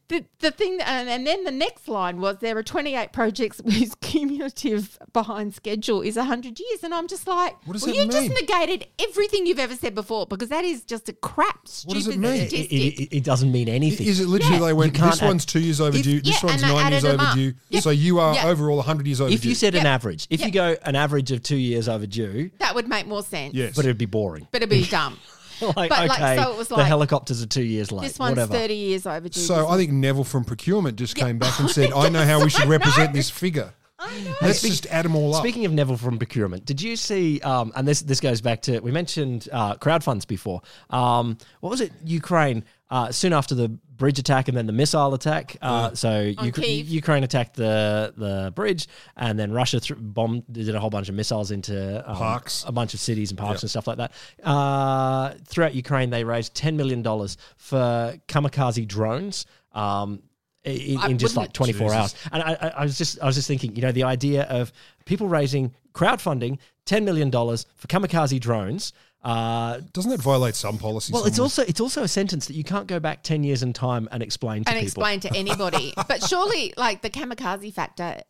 The the thing and, and then the next line was there are 28 projects whose <laughs> cumulative behind schedule is 100 years, and I'm just like, What does well, that you mean? just negated everything you've ever said before because that is just a crap What does it stupid mean? <laughs> It, statistic. it- it- it doesn't mean anything. Is it literally Yeah. they went, You can't this add- one's two years overdue, yeah, this and one's they nine years added 'em up. overdue. Yeah. So you are Yeah. overall 100 years overdue. if you said an Yeah. average, if Yeah. you go an average of two years overdue, that would make more sense. Yes. but it'd be boring. but it'd <laughs> be dumb. <laughs> like, But, okay, like, so it was the like, helicopters are two years late. This one's whatever. 30 years overdue. This so I think Neville from procurement just Mm-hmm. Yeah. <laughs> came back and said, I know how we should I represent know. this figure. I know. Let's just add them all up. Speaking of Neville from procurement, did you see? Um, and this this goes back to we mentioned uh, crowdfunds before. Um, what was it? Ukraine uh, soon after the bridge attack and then the missile attack. Uh, So On Ukra- Kyiv. Ukraine attacked the the bridge, and then Russia th- bombed did a whole bunch of missiles into um, Parks. a bunch of cities and parks and stuff like that. Uh, throughout Ukraine, they raised ten million dollars for kamikaze drones. Um, in, in just like 24 hours and I, I, I was just i was just thinking you know the idea of people raising crowdfunding 10 million dollars for kamikaze drones uh, Doesn't that violate some policy? well it's somewhere? also it's also a sentence that you can't go back 10 years in time and explain to and people explain to <laughs> anybody. but surely, like the kamikaze factor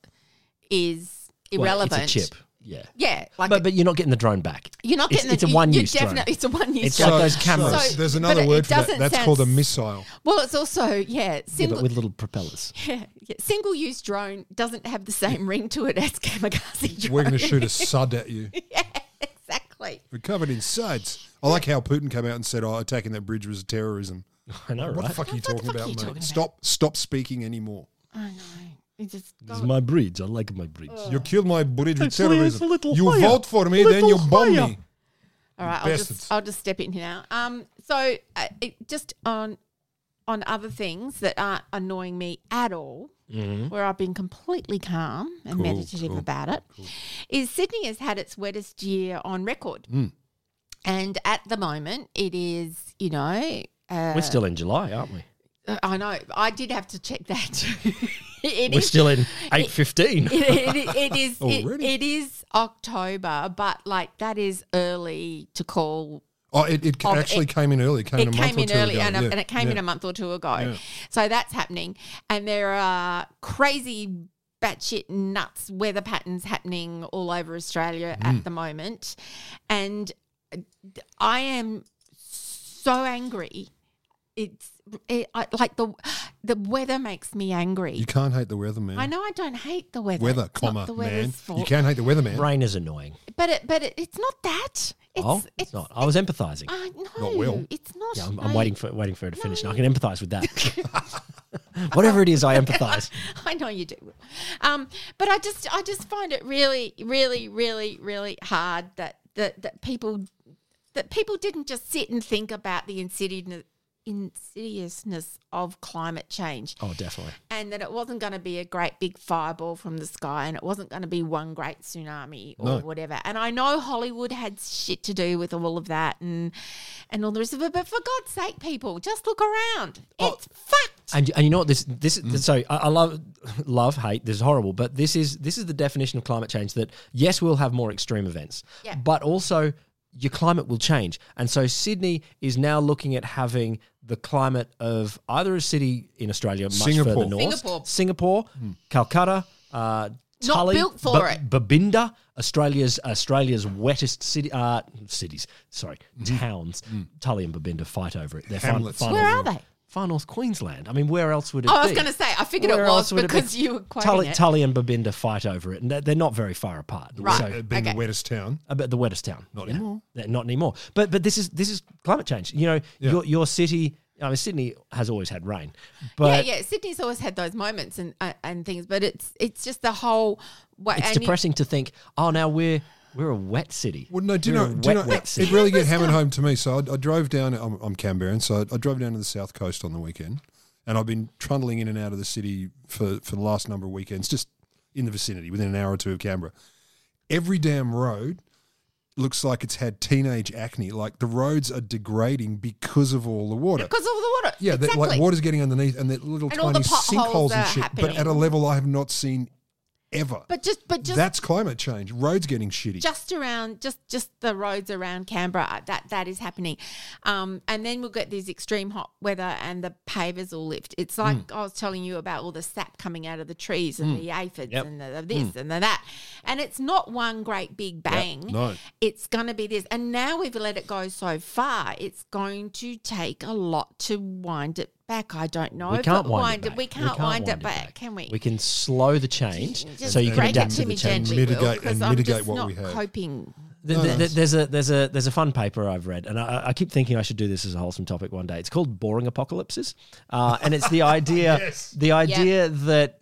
is Well, irrelevant. it's a chip yeah Yeah, like but, but you're not getting the drone back you're not It's- getting it's, the, a you- one you're use drone definite- It's a one use. It's like those cameras. So- there's but another it word for that. doesn't That's sound called a s- <laughs> missile. Well, it's also yeah, yeah, but single with little propellers <laughs> yeah, yeah, single use drone doesn't have the same ring to it as kamikaze drone. We're going to shoot a sud at you. <laughs> yeah, exactly. We're covered in suds. I like how Putin came out and said, "Oh, attacking that bridge was terrorism." i know What the right fuck are What you the talking fuck are about, you mate? talking about? Stop! Stop speaking anymore. I know. It just this is my bridge i like my bridge Oh. You killed my bridge with Actually, it's a terrorism. little You higher. vote for me, Little then you bomb higher. me. All right, I'll Bastards. just I'll just step in here now. Um, so uh, it, just on on other things that aren't annoying me at all, where I've been completely calm and Mm-hmm. Cool, meditative cool, about it, is Sydney has had its wettest year on record, Hmm. and at the moment it is you know uh, we're still in july aren't we I know I did have to check that <laughs> too. It we're is- still in 815 it, it, it is it, Already? it is October, but like that is early to call Oh, it, it Of actually it- came in early. It came in a it month came or in two early ago. and, a- Yeah, and it came yeah. in a month or two ago. Yeah. So that's happening. And there are crazy batshit nuts weather patterns happening all over Australia Mm. at the moment. And uh, I am so angry. It's it, I, like the the weather makes me angry. You can't hate the weather, man. I know I don't hate the weather. Weather, It's not comma, the weather's man. You fault. can't hate the weather, man. rain is annoying But it, but it, it's not that. It's, oh it's, not i was empathizing I know. Not well. It's not. Yeah, I'm, I'm mate. waiting for waiting for her to finish. and I can empathise with that. <laughs> Whatever it is, I <laughs> empathise. I know you do. Um, but I just I just find it really, really, really, really hard that that, that people that people didn't just sit and think about the insidious insidiousness of climate change Oh, definitely. and that it wasn't going to be a great big fireball from the sky and it wasn't going to be one great tsunami or whatever. And I know Hollywood had shit to do with all of that and and all the rest of it, but for God's sake, people, just look around. It's fucked. And, and you know what this this Mm. so I, I love love hate this is horrible but this is this is the definition of climate change that yes we'll have more extreme events Yeah. but also your climate will change and so Sydney is now looking at having the climate of either a city in Australia much Singapore. Hmm. further north Singapore. Singapore Calcutta uh, Not Tully, built for Ba- it. Babinda Australia's Australia's wettest city uh, cities. Sorry, towns. Tully and Babinda fight over it. They're fin- Mm-hmm. Mm. Hamlets. final- Where are they? Far North Queensland. I mean, where else would it Oh, be? I was going to say, I figured Where it else was would it be? because you were quoting Tully, it. Tully and Babinda fight over it, and they're, they're not very far apart. Right. So, Uh, being Okay. the wettest town. about the wettest town. Not Yeah. anymore. Yeah, Not anymore. But but this is this is climate change. You know, Yeah. your your city. I mean, Sydney has always had rain, but yeah, yeah. Sydney's always had those moments and uh, and things, but it's it's just the whole. Way, it's and you- depressing to think. Oh, now we're we're a wet city. Well, no, do you We're know? a Do you wet, know wet it city. really get hammered home to me. So I, I drove down. I'm, I'm Canberran, so I drove down to the south coast on the weekend, and I've been trundling in and out of the city for for the last number of weekends, just in the vicinity, within an hour or two of Canberra. Every damn road looks like it's had teenage acne. Like the roads are degrading because of all the water. because of the water. yeah, that, exactly. like water's getting underneath, and that little And all tiny the potholes sinkholes and are shit. But happening. at a level I have not seen ever. But just but just That's climate change. Roads getting shitty. just around just just the roads around Canberra uh, that that is happening, um, and then we'll get these extreme hot weather and the pavers all lift. It's like I was telling you about all the sap coming out of the trees and the aphids Yep. and the, the this and the that, and it's not one great big bang. No. it's going to be this, and now we've let it go so far. It's going to take a lot to wind it back. I don't know. We if can't it wind, wind it back. We can't, wind, it back, can we? We can slow the change Just so you can break adapt it to the me change. gently, Mitigate- Will, and 'cause I'm mitigate just what not we have. Coping. Th- th- th- There's a there's a there's a fun paper I've read, and I, I keep thinking I should do this as a wholesome topic one day. It's called "Boring Apocalypses," uh, and it's the idea Yes. the idea that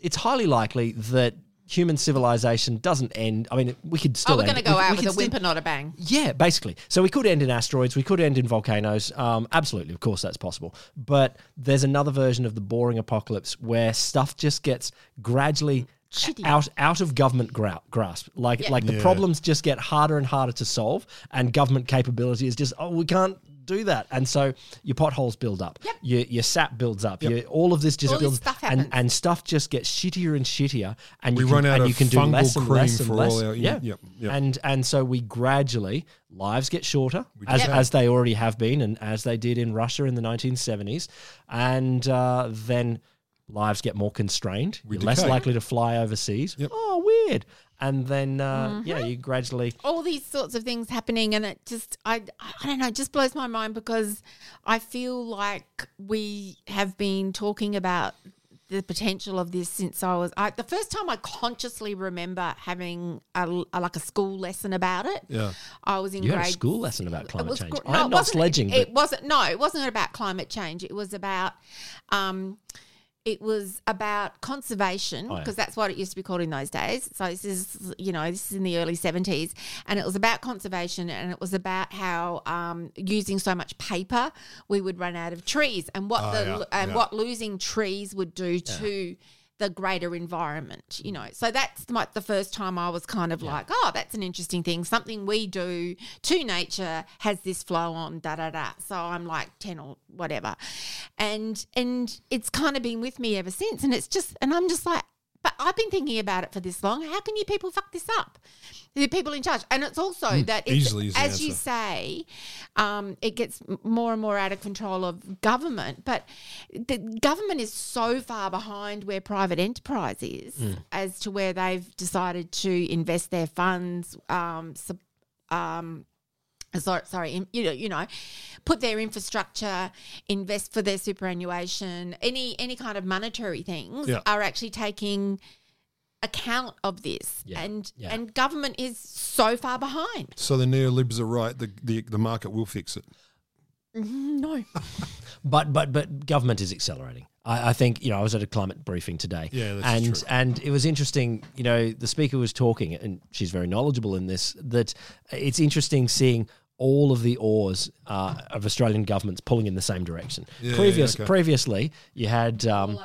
it's highly likely that human civilization doesn't end. I mean, we could still. oh, we're end going to it. go We- we out could with a still- whimper, not a bang. Yeah, basically. So we could end in asteroids. We could end in volcanoes. Um, absolutely, of course, that's possible. But there's another version of the boring apocalypse where stuff just gets gradually Shitty. out out of government gra- grasp. Like Yeah. like the problems just get harder and harder to solve, and government capability is just oh we can't do that. And so your potholes build up. Yep. Your your sap builds up. Your, all of this just All this builds stuff and happens. and stuff just gets shittier and shittier. And We you can, run out and of you can do fungal less and cream less and for all less. our- yeah. yep, And yep. and and so we gradually lives get shorter as, do. as they already have been and as they did in Russia in the 1970s and uh, then lives get more constrained We you're less decay. likely to fly overseas Yep. oh weird and then uh, Mm-hmm. yeah you gradually All these sorts of things happening, and it just I I don't know, it just blows my mind because I feel like we have been talking about the potential of this since I was I, the first time I consciously remember having a, a- like a school lesson about it. Yeah. I was in you had grade a school lesson about climate was change gr- no, i'm it not wasn't- sledging It, but wasn't. No, it wasn't about climate change. It was about. Um, it was about conservation Oh, yeah. because that's what it used to be called in those days. So this is, you know, this is in the early seventies, and it was about conservation, and it was about how um, using so much paper we would run out of trees, and what Oh, the yeah, and yeah. what losing trees would do to the greater environment, you know. So that's my, the first time I was kind of like, oh, that's an interesting thing. Something we do to nature has this flow on, da da da. So I'm like ten or whatever, and and it's kind of been with me ever since. And it's just, and I'm just like. But I've been thinking about it for this long. How can you people fuck this up? The people in charge, and it's also that it's, Hmm. easily is the as you answer. say, um, it gets m- more and more out of control of government. But the government is so far behind where private enterprise is Hmm. as to where they've decided to invest their funds, um, sup- sorry, sorry in- you know, you know, put their infrastructure, invest for their superannuation, any any kind of monetary things Yeah. are actually taking account of this, Yeah, and yeah. and government is so far behind. So the neolibs are right. The, the the market will fix it. No, but but but government is accelerating. I, I think you know I was at a climate briefing today, Yeah, this is and true. and it was interesting. You know, the speaker was talking, and she's very knowledgeable in this. That it's interesting seeing all of the oars uh, of Australian governments pulling in the same direction. Yeah, Previous okay. previously, you had um,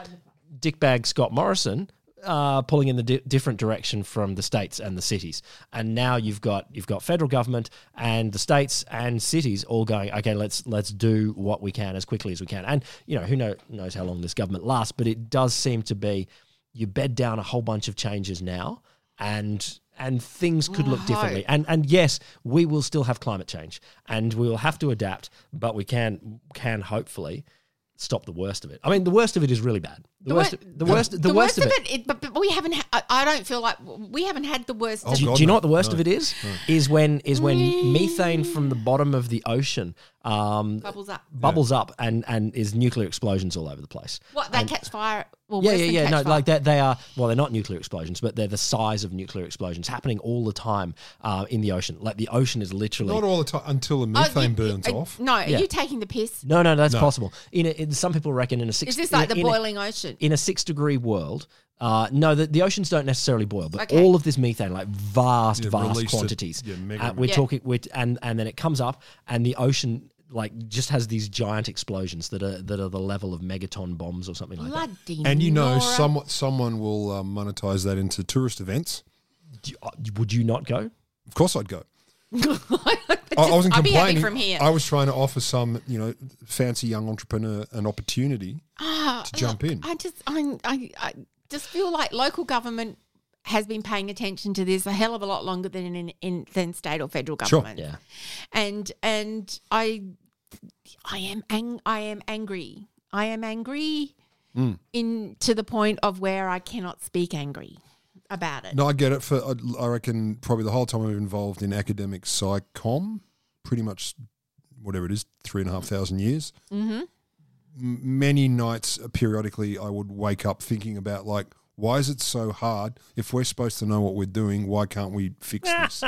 dickbag Scott Morrison. Uh, pulling in the di- different direction from the states and the cities, and now you've got you've got federal government and the states and cities all going. Okay, let's let's do what we can as quickly as we can. And you know who know, knows how long this government lasts, but it does seem to be you bed down a whole bunch of changes now, and and things could look differently. And and yes, we will still have climate change, and we will have to adapt, but we can can hopefully stop the worst of it. I mean, the worst of it is really bad. The, worst, wor- the worst, the, worst, of it. it- but, but we haven't. Ha- I- I don't feel like we haven't had the worst. do, Oh, of you- it. do you know what the worst of it is? Is when is when Mm. methane from the bottom of the ocean um, Bubbles up. bubbles up, and and is nuclear explosions all over the place. What they catch fire? Well, yeah, worse yeah, than yeah. catch No, fire. like that. They are well, they're not nuclear explosions, but they're the size of nuclear explosions happening all the time uh, in the ocean. Like the ocean is literally Not all the time until the Oh, methane you- burns uh, off. No, are Yeah. you taking the piss? No, no, that's No. possible. In, a, in some people reckon in a six. Is this in a- like the in a- boiling ocean? in a six degree world, uh, no, the, the oceans don't necessarily boil, but Okay. all of this methane, like vast, Yeah, vast released at- quantities, yeah, mega uh, we're Yeah. talking, we're, and and then it comes up, and the ocean like just has these giant explosions that are that are the level of megaton bombs or something like that. Bloody And you know, Nora. <laughs> someone someone will um, monetize that into tourist events. Do you- uh, would you not go? Of course, I'd go. I, Just- I wasn't I'll be complaining. happy from here. I was trying to offer some, you know, fancy young entrepreneur an opportunity Ah, to jump look, in. I just, I, I, I just feel like local government has been paying attention to this a hell of a lot longer than in, in than state or federal Sure. government. Yeah. and and I, I am ang- I am angry. I am angry in to the point of where I cannot speak angry about it. No, I get it. For I- I reckon probably the whole time I've been involved in academic psychom, pretty much whatever it is, three and a half thousand years. Mm-hmm. M- many nights uh, periodically, I would wake up thinking about like, why is it so hard? If we're supposed to know what we're doing, why can't we fix <laughs> this?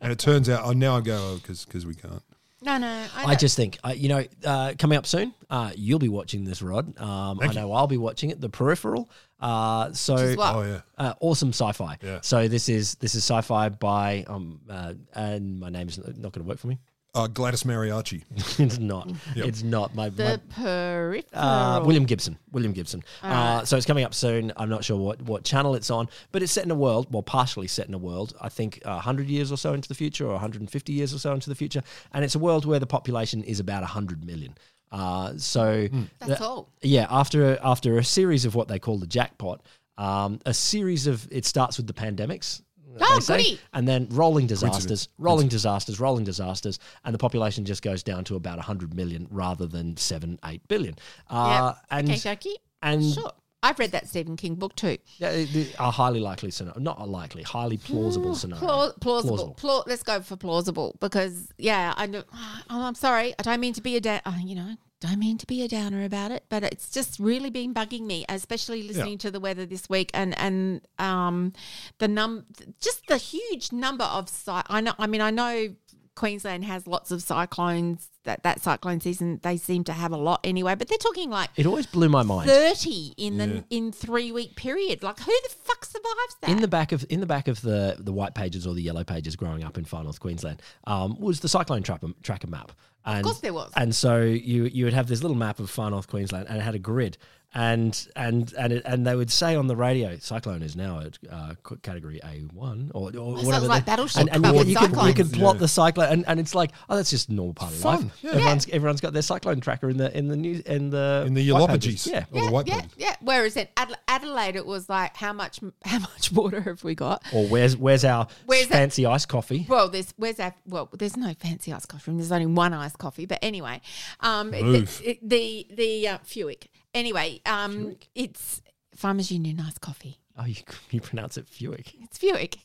and it turns out, oh, now I go, oh, because we can't. No, no. I just think, uh, you know, uh, coming up soon, uh, you'll be watching this, Rod. Um, I know I'll be watching it, The Peripheral. Uh, so, is what? Oh yeah, uh, awesome sci-fi. Yeah. So this is this is sci-fi by um uh, and my name is not going to work for me. uh, Gladys <laughs> Mariachi. it's not. It's not my. my- the peripheral. uh, William Gibson. William Gibson. Uh, so it's coming up soon. I'm not sure what, what channel it's on, but it's set in a world, well, partially set in a world, I think uh, 100 years or so into the future, or 150 years or so into the future. And it's a world where the population is about 100 million. Uh, so That's the- all. yeah, after after a series of what they call the jackpot, um, a series of it starts with the pandemics. Oh, they say, goody. And then rolling disasters, rolling disasters, rolling disasters, and the population just goes down to about 100 million rather than 7, 8 billion. Uh, yeah. And, okay, Jackie. and sure. I've read that Stephen King book too. yeah, it- it- a highly likely scenario, not a likely, highly plausible scenario. Plau- plausible. Plau- let's go for plausible because yeah, I know. <sighs> Oh, I'm sorry. I don't mean to be a down. you know, don't mean to be a downer about it, but it's just really been bugging me, especially listening to the weather this week and and um, the num just the huge number of site. I know. I mean, I know Queensland has lots of cyclones. That that cyclone season, they seem to have a lot anyway. But they're talking like. It always blew my mind. 30 in the in three week period like who the fuck survives that in the back of in the back of the the white pages or the yellow pages growing up in far north Queensland um, was the cyclone trapper, tracker map. And, of course there was. And so you you would have this little map of far north Queensland, and it had a grid, and and and it, and they would say on the radio, cyclone is now at uh, c- category A one or, or sounds whatever. like the- Battleship, and, and you, could, but with you, could, you cyclones. could plot Yeah. the cyclone, and, and it's like, oh, that's just a normal part of Fun, life. yeah. Everyone's everyone's got their cyclone tracker in the in the news in the In the white pages. Yolopages. Yeah, Or the white yeah, pages. yeah. Whereas in Adela- Adelaide, it was like, how much, <laughs> how much water have we got? or where's where's our Where's that- fancy iced coffee? Well, there's where's that? Well, there's no fancy iced coffee. There's only one iced coffee. But anyway, um, it- Move. it- the the uh, Fuick. Anyway, um, it's Farmers Union iced coffee. Oh, you, <laughs> you pronounce it Fuick. It's Fuick.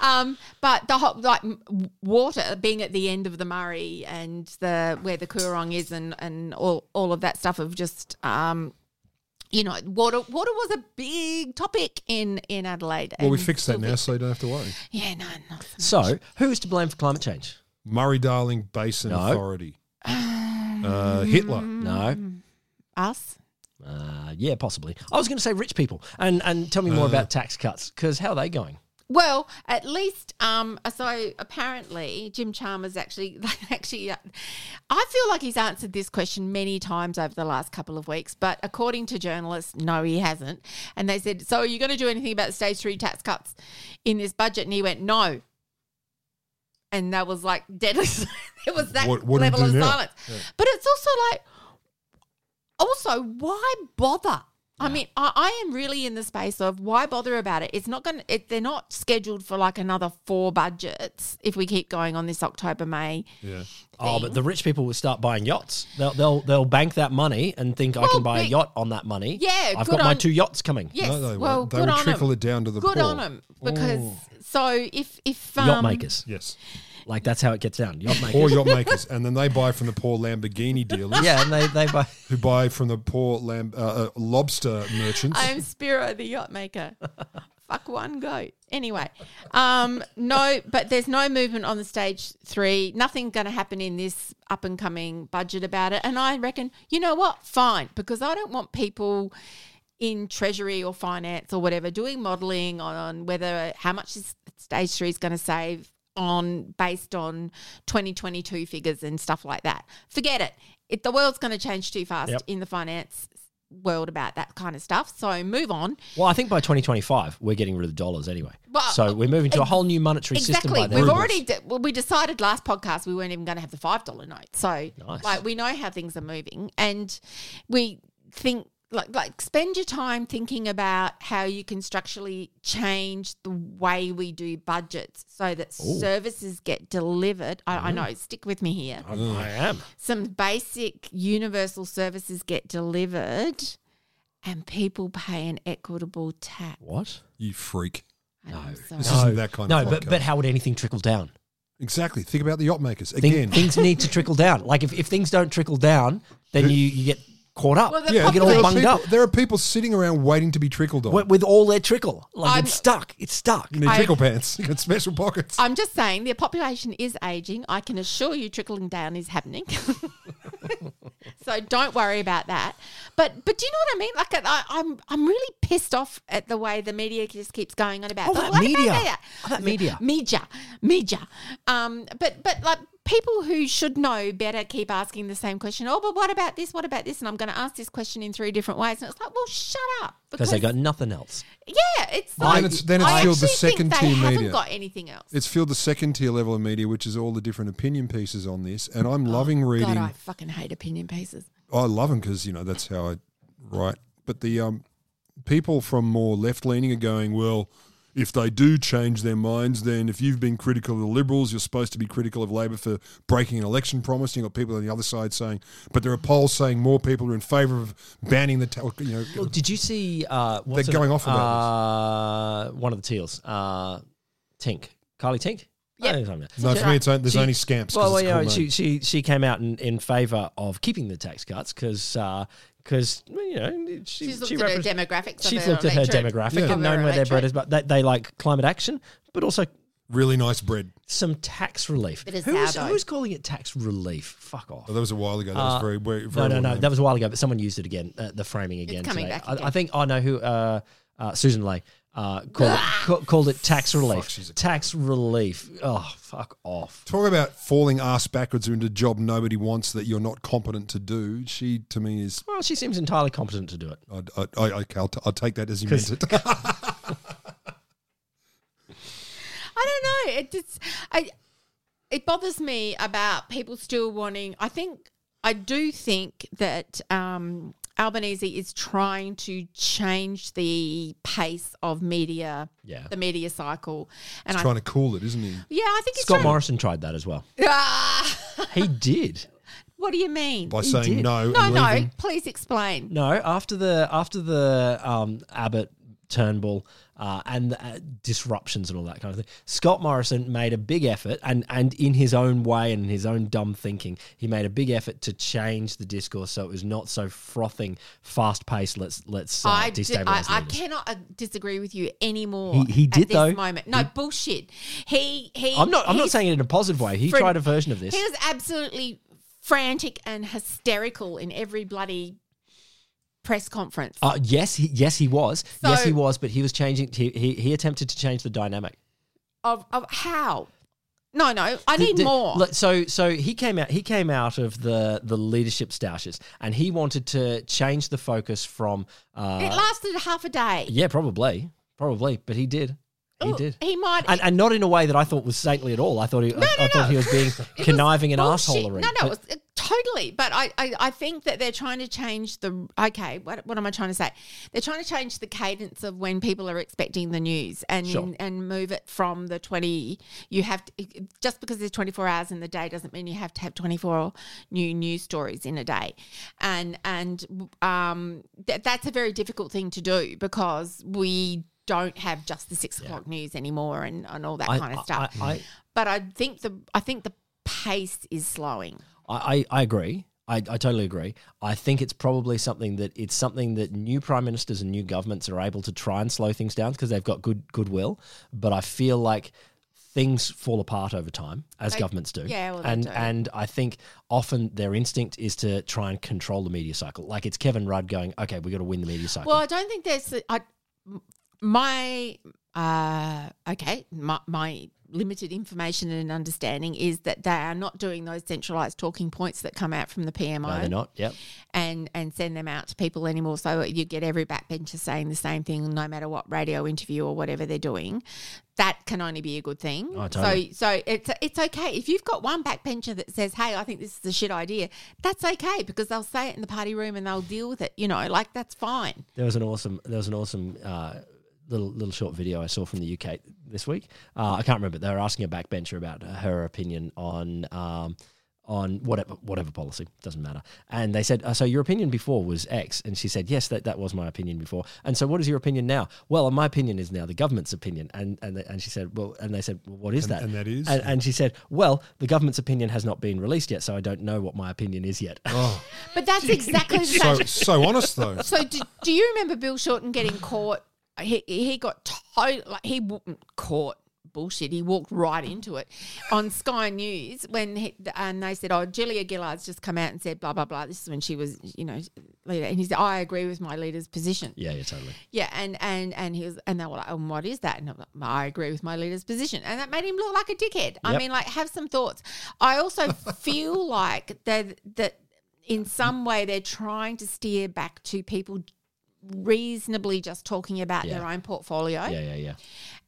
um, but the whole like m- water being at the end of the Murray and the where the Coorong is and and all all of that stuff of just um, you know, water water was a big topic in in Adelaide. Well, we and fixed that still now, is. so you don't have to worry. Yeah, no, not <laughs> So, who's to blame for climate change? Murray Darling Basin No. Authority. Uh, Hitler. Um, No. us. Uh, yeah, possibly. I was going to say rich people, and and tell me more about tax cuts because how are they going? Well, at least, um, so apparently Jim Chalmers actually, <laughs> actually, uh, I feel like he's answered this question many times over the last couple of weeks, but according to journalists, no, he hasn't. And they said, so are you going to do anything about stage three tax cuts in this budget? And he went, no. And that was like deadly. <laughs> it was that What- what do you level of do now? silence. But it's also like, also, why bother? I mean, I, I am really in the space of why bother about it. It's not going. to They're not scheduled for like another four budgets if we keep going on this October May. Yeah. Oh, but the rich people will start buying yachts. They'll they'll they'll bank that money and think I Well, can buy a but- yacht on that money. Yeah, I've good got my on- two yachts coming. Yes. No, they well, won't. They good will on 'em. trickle it down to the good poor. Oh. on them because so if if um, yacht makers. Yes. Like that's how it gets down. <laughs> Yacht makers. Or yacht makers, and then they buy from the poor Lamborghini dealers. Yeah, and they, they buy who buy from the poor lamb, uh, uh, lobster merchants. I am Spiro the yacht <laughs> maker. Fuck one goat. Anyway, um, no, but there's no movement on the stage three. Nothing going to happen in this up and coming budget about it. And I reckon, you know what? Fine, because I don't want people in treasury or finance or whatever doing modelling on, on whether how much is stage three is going to save on based on 2022 figures and stuff like that. Forget it. It the world's going to change too fast Yep. in the finance world about that kind of stuff. So move on. <laughs> Well, I think by 2025 we're getting rid of dollars anyway. Well, so we're moving to a whole new monetary system Exactly. by We've then. already de- well, we decided last podcast we weren't even going to have the five dollar note. So Nice. like we know how things are moving, and we think like like spend your time thinking about how you can structurally change the way we do budgets so that Ooh. Mm-hmm. services get delivered. I, I know. Stick with me here. I am. Some basic universal services get delivered, and people pay an equitable tax. What? you freak. No, This isn't that kind no, of but podcast. but how would anything trickle down? Exactly. Think about the yacht makers. Thing- Again, things need to trickle <laughs> down. Like if, if things don't trickle down, then you, you get caught up. Well, the you get all there, are bunged people, up there are people sitting around waiting to be trickled on. with, with all their trickle. Like I'm- it's stuck. It's stuck. you need I- trickle pants. <laughs> You got special pockets. I'm just saying the population is aging. I can assure you trickling down is happening. <laughs> so don't worry about that. But but do you know what I mean? Like I, I'm I'm really pissed off at the way the media just keeps going on about. Oh, "But that what about media. that?" Oh, that media. media, media. Um, but but like people who should know better keep asking the same question. Oh, but what about this? What about this? And I'm going to ask this question in three different ways. And it's like, well, shut up because they got nothing else. yeah, it's Well, like then it's- then it's I still the actually think second they tier haven't media. got anything else. It's filled the second tier level of media, which is all the different opinion pieces on this. And I'm loving reading. God, I fucking hate opinion pieces. I love them because you know that's how I write. But the um, people from more left leaning are going well. If they do change their minds, then if you've been critical of the Liberals, you're supposed to be critical of Labor for breaking an election promise. You've got people on the other side saying, but there are polls saying more people are in favour of banning the. Tel- you know, Look, did you see? Uh, what's her They're going name? off about uh, one of the teals. Uh, Tink, Carly Tink. Oh, Yep. I don't know. no, for me, it's, on- there's She- only scamps. 'cause Well, well it's you know, called she, name. she she came out in, in favour of keeping the tax cuts because because you know she, She's looked she at her repres- demographics. of She's looked at her electorate. demographic Yeah. and Of known her where their bread electorate. is, but they, they like climate action, but also really nice bread. some tax relief. Bit of Who's, sourdough. who's calling it tax relief? Fuck off. Oh, that was a while ago. That Uh, was very, very, no, very no, well no. named. That was a while ago, but someone used it again. Uh, the framing again. coming today. back I, I again. think I know who. Uh, uh, Susan Lay uh, called, it, Ah! ca- called it tax relief. she's a- tax relief. Oh, fuck off. Talk about falling ass backwards into a job nobody wants that you're not competent to do. She, to me, is. Well, she seems entirely competent to do it. I, I, I, okay, I'll, t- I'll take that as you <laughs> meant it. I don't know. It just I it bothers me about people still wanting. I think I do think that um, Albanese is trying to change the pace of media, Yeah. the media cycle, and He's I <laughs> trying to cool it, isn't he? yeah, I think it's Ah! Scott Morrison tried that as well. <laughs> He did. what do you mean? By saying did. no, No, and no. leaving. Please explain. No, after the after the um, Abbott Turnbull uh, and the, uh, disruptions and all that kind of thing, Scott Morrison made a big effort, and and in his own way and in his own dumb thinking, he made a big effort to change the discourse so it was not so frothing, fast paced. Let's let's uh, I, di- destabilize. I, I leaders. cannot uh, disagree with you anymore. He- he did, at this though. moment. No bullshit. He he. I'm not. I'm not he's- saying it in a positive way. He fran- tried a version of this. He was absolutely frantic and hysterical in every bloody press conference. Uh, yes, he, yes, he was. yes, So- he was. But he was changing. He, he, he attempted to change the dynamic. of of how? No, no. I The- need the- more. look, so so he came out he came out of the the leadership stouches and he wanted to change the focus from uh it lasted half a day. yeah probably probably but he did he Ooh, did Oh, He might. and, and not in a way that I thought was saintly at all I thought he I, I no. thought he was being <laughs> It was conniving and bullshit. assholery No, no, but it was uh, totally. But I, I, I think that they're trying to change the. Okay, what, what am I trying to say? They're trying to change the cadence of when people are expecting the news and Sure. and move it from the 20. You have to, just because there's 24 hours in the day doesn't mean you have to have 24 new news stories in a day. And, and um, th- that's a very difficult thing to do because we don't have just the six o'clock news anymore and, and all that I- kind I- of stuff. I- I- but I think the I think the pace is slowing. I, I, I agree. I, I totally agree. I think it's probably something that it's something that new prime ministers and new governments are able to try and slow things down because they've got good goodwill. But I feel like things fall apart over time as They- governments do. yeah, well, they and do. and I think often their instinct is to try and control the media cycle. Like it's Kevin Rudd going, "Okay, we got to win the media cycle." Well, I don't think there's I my uh okay my my limited information and understanding is that they are not doing those centralized talking points that come out from the PMO. no, they're not. Yep. and and send them out to people anymore. So you get every backbencher saying the same thing, no matter what radio interview or whatever they're doing. That can only be a good thing. Oh, totally. So so it's it's okay if you've got one backbencher that says, "Hey, I think this is a shit idea." That's okay because they'll say it in the party room and they'll deal with it. You know, like that's fine. There was an awesome. There was an awesome uh, little little short video I saw from the UK this week. Uh, I can't remember. They were asking a backbencher about her opinion on um, on whatever whatever policy doesn't matter. And they said, uh, "So your opinion before was X," and she said, "Yes, that, that was my opinion before." And so, what is your opinion now? Well, my opinion is now the government's opinion. And and they, and she said, "Well," and they said, well, "What is And- that?" and that is- And, and she said, "Well, the government's opinion has not been released yet, so I don't know what my opinion is yet." Oh, But that's exactly the <laughs> so same. so honest though. So do, do you remember Bill Shorten getting caught? He he got to- like he w- caught bullshit. He walked right into it on Sky News when he, and they said, "Oh, Julia Gillard's just come out and said blah blah blah." This is when she was, you know, leader, and he said, "I agree with my leader's position." <laughs> yeah, yeah, totally. Yeah, and and and he was, and they were like, "And what is that?" And I'm like, "I agree with my leader's position," and that made him look like a dickhead. I Yep. mean, like, have some thoughts. I <laughs> also feel like that that in some way they're trying to steer back to people reasonably just talking about their Yeah. own portfolio. Yeah, yeah, yeah.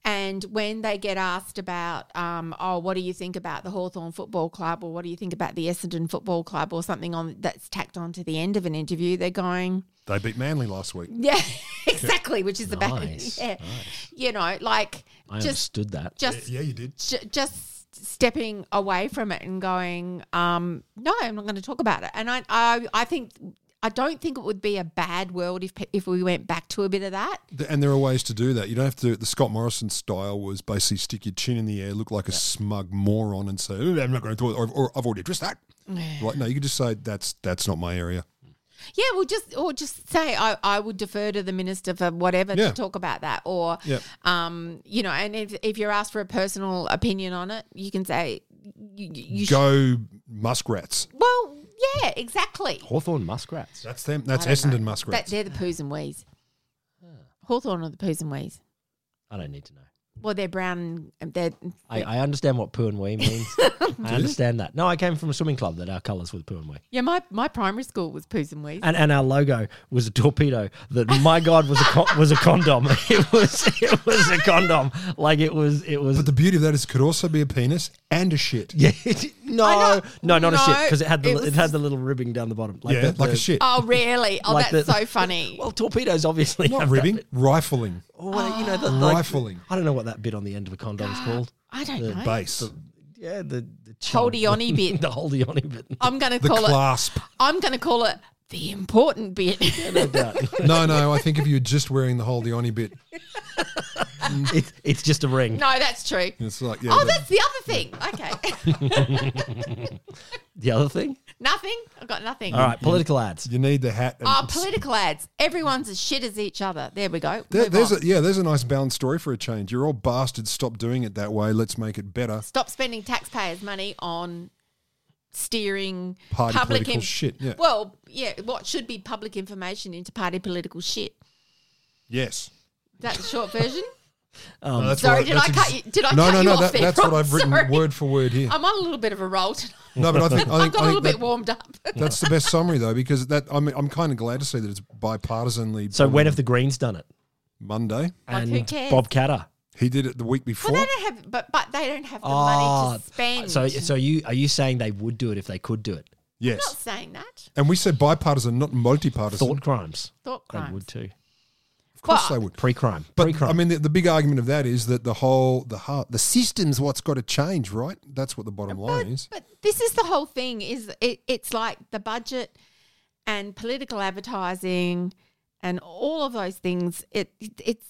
And when they get asked about, um, oh, what do you think about the Hawthorn Football Club or what do you think about the Essendon Football Club or something on that's tacked on to the end of an interview, they're going, They beat Manly last week. <laughs> yeah, <laughs> exactly. Which is the Nice, best. Yeah, you know, like I just understood that. just Yeah, you did. ju- just stepping away from it and going, um, no, I'm not going to talk about it. And I, I, I think I don't think it would be a bad world if pe- if we went back to a bit of that. Th- And there are ways to do that. You don't have to. The Scott Morrison style was basically stick your chin in the air, look like a smug moron, and say, "Oh, "I'm not going to talk," or, or "I've already addressed that." Like, no, you could just say, "That's that's not my area." Yeah, well, just or just say I, I would defer to the minister for whatever Yeah. to talk about that, or Yeah. um, you know, and if if you're asked for a personal opinion on it, you can say you, you you should. Go muskrats. Well, yeah, exactly. Hawthorn muskrats. That's them. That's I don't Essendon know. That, muskrats. they're the poos and wees. Hawthorn are the poos and wees. I don't need to know. Well, they're brown. and They're I, I understand what poo and wee <laughs> means. I understand that. No, I came from a swimming club that our colours were poo and wee. yeah. My, my primary school was poos and wees. And, and our logo was a torpedo that my god was a con- was a condom. <laughs> It was it was a condom. Like it was it was But the beauty of that is, it could also be a penis and a shit. yeah, <laughs> no, I no know- not a shit no, because it had the it it, was- had the little ribbing down the bottom. Like yeah, the- like the- a shit. oh, really? Oh, like that's the- so funny. <laughs> Well, torpedoes obviously <laughs> Not have that ribbing, bit. rifling, Oh, well, you know, <gasps> the, like, Rifling. I don't know what that bit on the end of a condom's called. I don't know. base, Yeah, the, the Holdy-onny <laughs> bit. the holdy onny bit. I'm going to the call <laughs> clasp. it. I'm going to call it the important bit. No doubt. no, no, I think if you're just wearing the whole the oni bit, it's it's just a ring. <laughs> no, that's true. it's like yeah. oh, that- that's the other thing. Okay, <laughs> The other thing. nothing. I've got nothing. All right, political ads. you need the hat. and Oh, it's- political ads. Everyone's as shit as each other. There we go. There, Move there's on. a, yeah, there's a nice balanced story for a change. You're all bastards. Stop doing it that way. Let's make it better. stop spending taxpayers' money on steering Party public political shit, yeah. Well, yeah, what should be public information into party political shit? Yes. Is that the short version? Um, No, that's Sorry, what did that's I cut you- did I no, cut no, you no. off that- there, <laughs> that's Rob? what I've written Sorry. word for word here. <laughs> I'm on a little bit of a roll tonight. no, but I think I I've think, got a I little think bit that, warmed up. <laughs> that's the best summary though, because that I'm I'm kind of glad to see that it's bipartisanly. So when on have the Greens done it? Monday Like, And who cares? Bob Catter. he did it the week before? Well, they don't Ah, have, but but they don't have the money to spend. So so you are you saying they would do it if they could do it? Yes. Not saying that. And we said bipartisan, not multipartisan. Thought crimes. Thought crimes. They would too. Of course But- they would. Pre-crime. But Pre-crime. I mean, the, the big argument of that is that the whole, the heart, the system's what's got to change, right? That's what the bottom line is. But this is the whole thing. Is it, it's like the budget and political advertising and all of those things. It, it's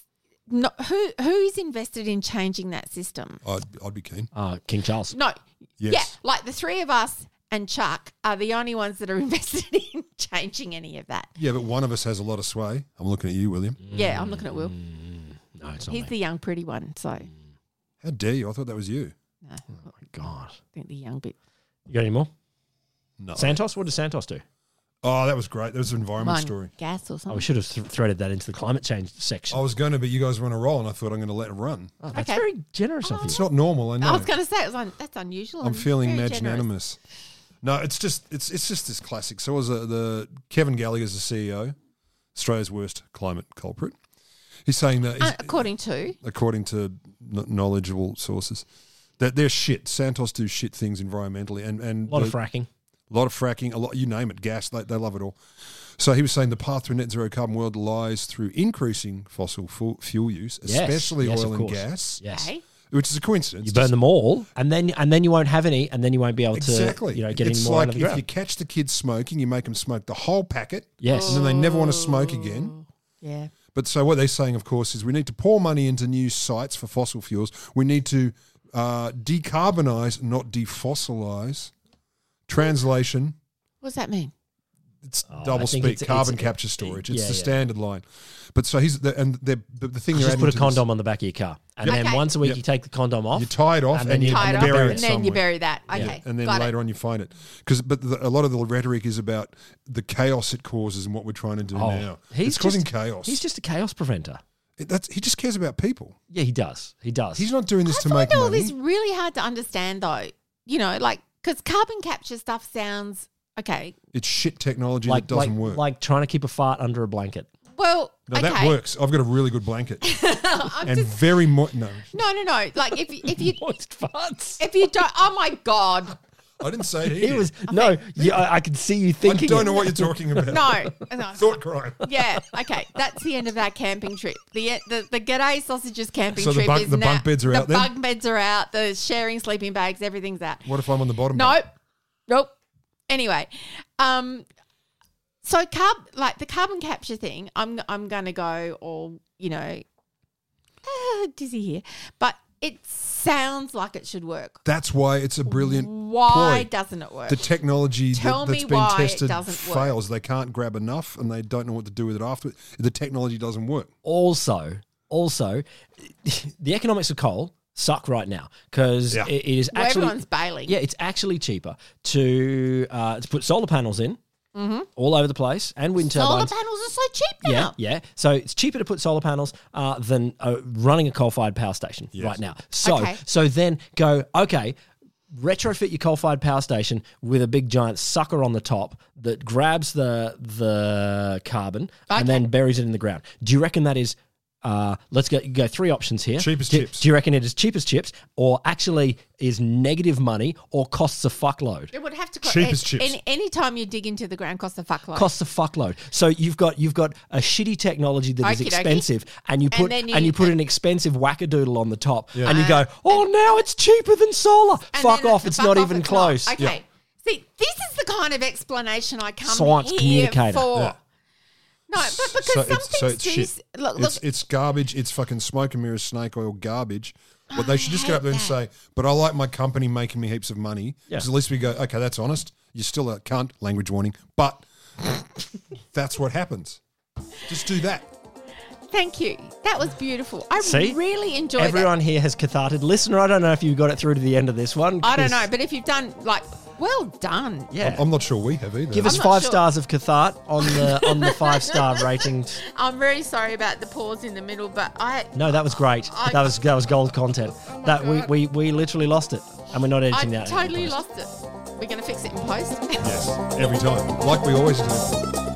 not who who's invested in changing that system. I'd, I'd be keen. Uh, King Charles. No. Yes. Yeah, like the three of us and Chuck are the only ones that are <laughs> invested in changing any of that. Yeah, but one of us has a lot of sway. I'm looking at you, William. Yeah, I'm looking at Will. Mm. No, it's not He's me. the young, pretty one. So I How dare you? I thought that was you. God. think the young bit. You got any more? No. Santos? What did Santos do? Oh, that was great. That was an environment Mine, story. Gas or Oh, something. we should have th- threaded that into the climate change section. I was going to, but you guys were on a roll, and I thought I'm going to let it run. Oh, that's Oh. okay. Oh. very generous of you. It's not normal, I know. I was going to say it was un- that's unusual. I'm and feeling very generous. magnanimous. No, it's just it's it's just this classic. So it was uh, the Kevin Gallagher's the CEO, Australia's worst climate culprit. He's saying that Uh, he's- according to according to kn- knowledgeable sources, that they're shit. Santos do shit things environmentally, and and A lot of the- fracking. a lot of fracking, a lot you name it, gas. They, they love it all. So he was saying the path to a net zero carbon world lies through increasing fossil fu- fuel use, Yes, especially yes, of oil and course. gas, Yes. okay. which is a coincidence. You Just- burn them all, and then and then you won't have any, and then you won't be able to Exactly. you know get it's any more like out of the if ground. you catch the kids smoking, you make them smoke the whole packet. Yes. And then they never want to smoke again. yeah. But so what they're saying, of course, is we need to pour money into new sites for fossil fuels. We need to uh, decarbonize, not defossilise. Translation: What does that mean? It's Oh, I double think speak. it's- carbon it's- capture storage. It's yeah, the yeah. standard line. But so he's the, and the, the, the thing they're just adding put to a this- condom on the back of your car, and Yep. then Okay. once a week Yep. you take the condom off. You tie it off and and, then you you Tie it and off bury and it then somewhere. you bury that. Okay. and then got later it. on you find it because but the, a lot of the rhetoric is about the chaos it causes and what we're trying to do Oh, now he's it's causing just- chaos He's just a chaos preventer. It- that's, he just cares about people Yeah, he does. He does. he's not doing this I to find make all money this really hard to understand, though. You know, like because carbon capture stuff sounds okay. it's shit technology like that doesn't like, work like trying to keep a fart under a <laughs> blanket. Well, no okay. that works i've got a really good blanket <laughs> I'm and just, very mo- no no, no, no. Like if you- if you Moist farts. if you don't, oh my god, i didn't say it He was no. Yeah, I, I could see you i thinking. don't it. know what <laughs> you're talking about no, no. thought crime Yeah, okay. That's the end of our camping trip. The the, the G'day Sausages camping So the trip bunk- is the now, bunk beds are the out then? bunk beds are out. The sharing sleeping bags, everything's out. what if i'm on the bottom Nope. Nope. Anyway, um, so carb like the carbon capture thing, I'm I'm gonna go all you know, ah, dizzy here, but it sounds like it should work. that's why it's a brilliant Why ploy. doesn't it work? the technology Tell that, has me been why it tested doesn't work. fails. They can't grab enough, and they don't know what to do with it after. The technology doesn't work. also, also, <laughs> the economics of coal suck right now because Yeah. it is Well, actually everyone's bailing. Yeah, it's actually cheaper to uh, to put solar panels in all over the place and wind Mm-hmm. Solar turbines. panels are so cheap now. Yeah, yeah. So it's cheaper to put solar panels uh, than uh, running a coal-fired power station right now. So, Okay. so then go okay. Retrofit your coal-fired power station with a big giant sucker on the top that grabs the the carbon and then buries it in the ground. Do you reckon that is? Uh, let's go go three options here. Cheap as do, chips. Do you reckon it is cheap as chips, or actually is negative money, or costs a fuckload? It would have to cost Cheap as chips. Any, any time you dig into the ground, costs a fuckload. costs a fuckload. So you've got you've got a shitty technology that is Okey dokey. expensive, and you put then and you- you, put an expensive wackadoodle on the top, and you go, oh, now it's cheaper than solar. And Fuck then off! It's fuck not even it's not. close. Okay. See, this is the kind of explanation I come Science here communicator. for. Yeah. No, but because some things do. s- Look, look it's, it's garbage. It's fucking smoke and mirrors, snake oil garbage. But they should just get up there and say, "But I like my company making me heaps of money." Yeah. Because at least we go, "Okay, that's honest. You're still a cunt." Language warning. But that's what happens. Just do that. thank you. That was beautiful. I See? really enjoyed Everyone it. here has catharted. Listener, I don't know if you got it through to the end of this one. I don't 'cause- know, but if you've done like, well done. yeah. I'm not sure we have either. Give us not five sure. stars of cathart on the on <laughs> the five star ratings. I'm very sorry about the pause in the middle, but I No, that was great. I- Oh that was that was gold content. that we, God. we we literally lost it, and we're not I editing that. out in the totally post. lost it. We're going to fix it in post. <laughs> yes every time, like we always do.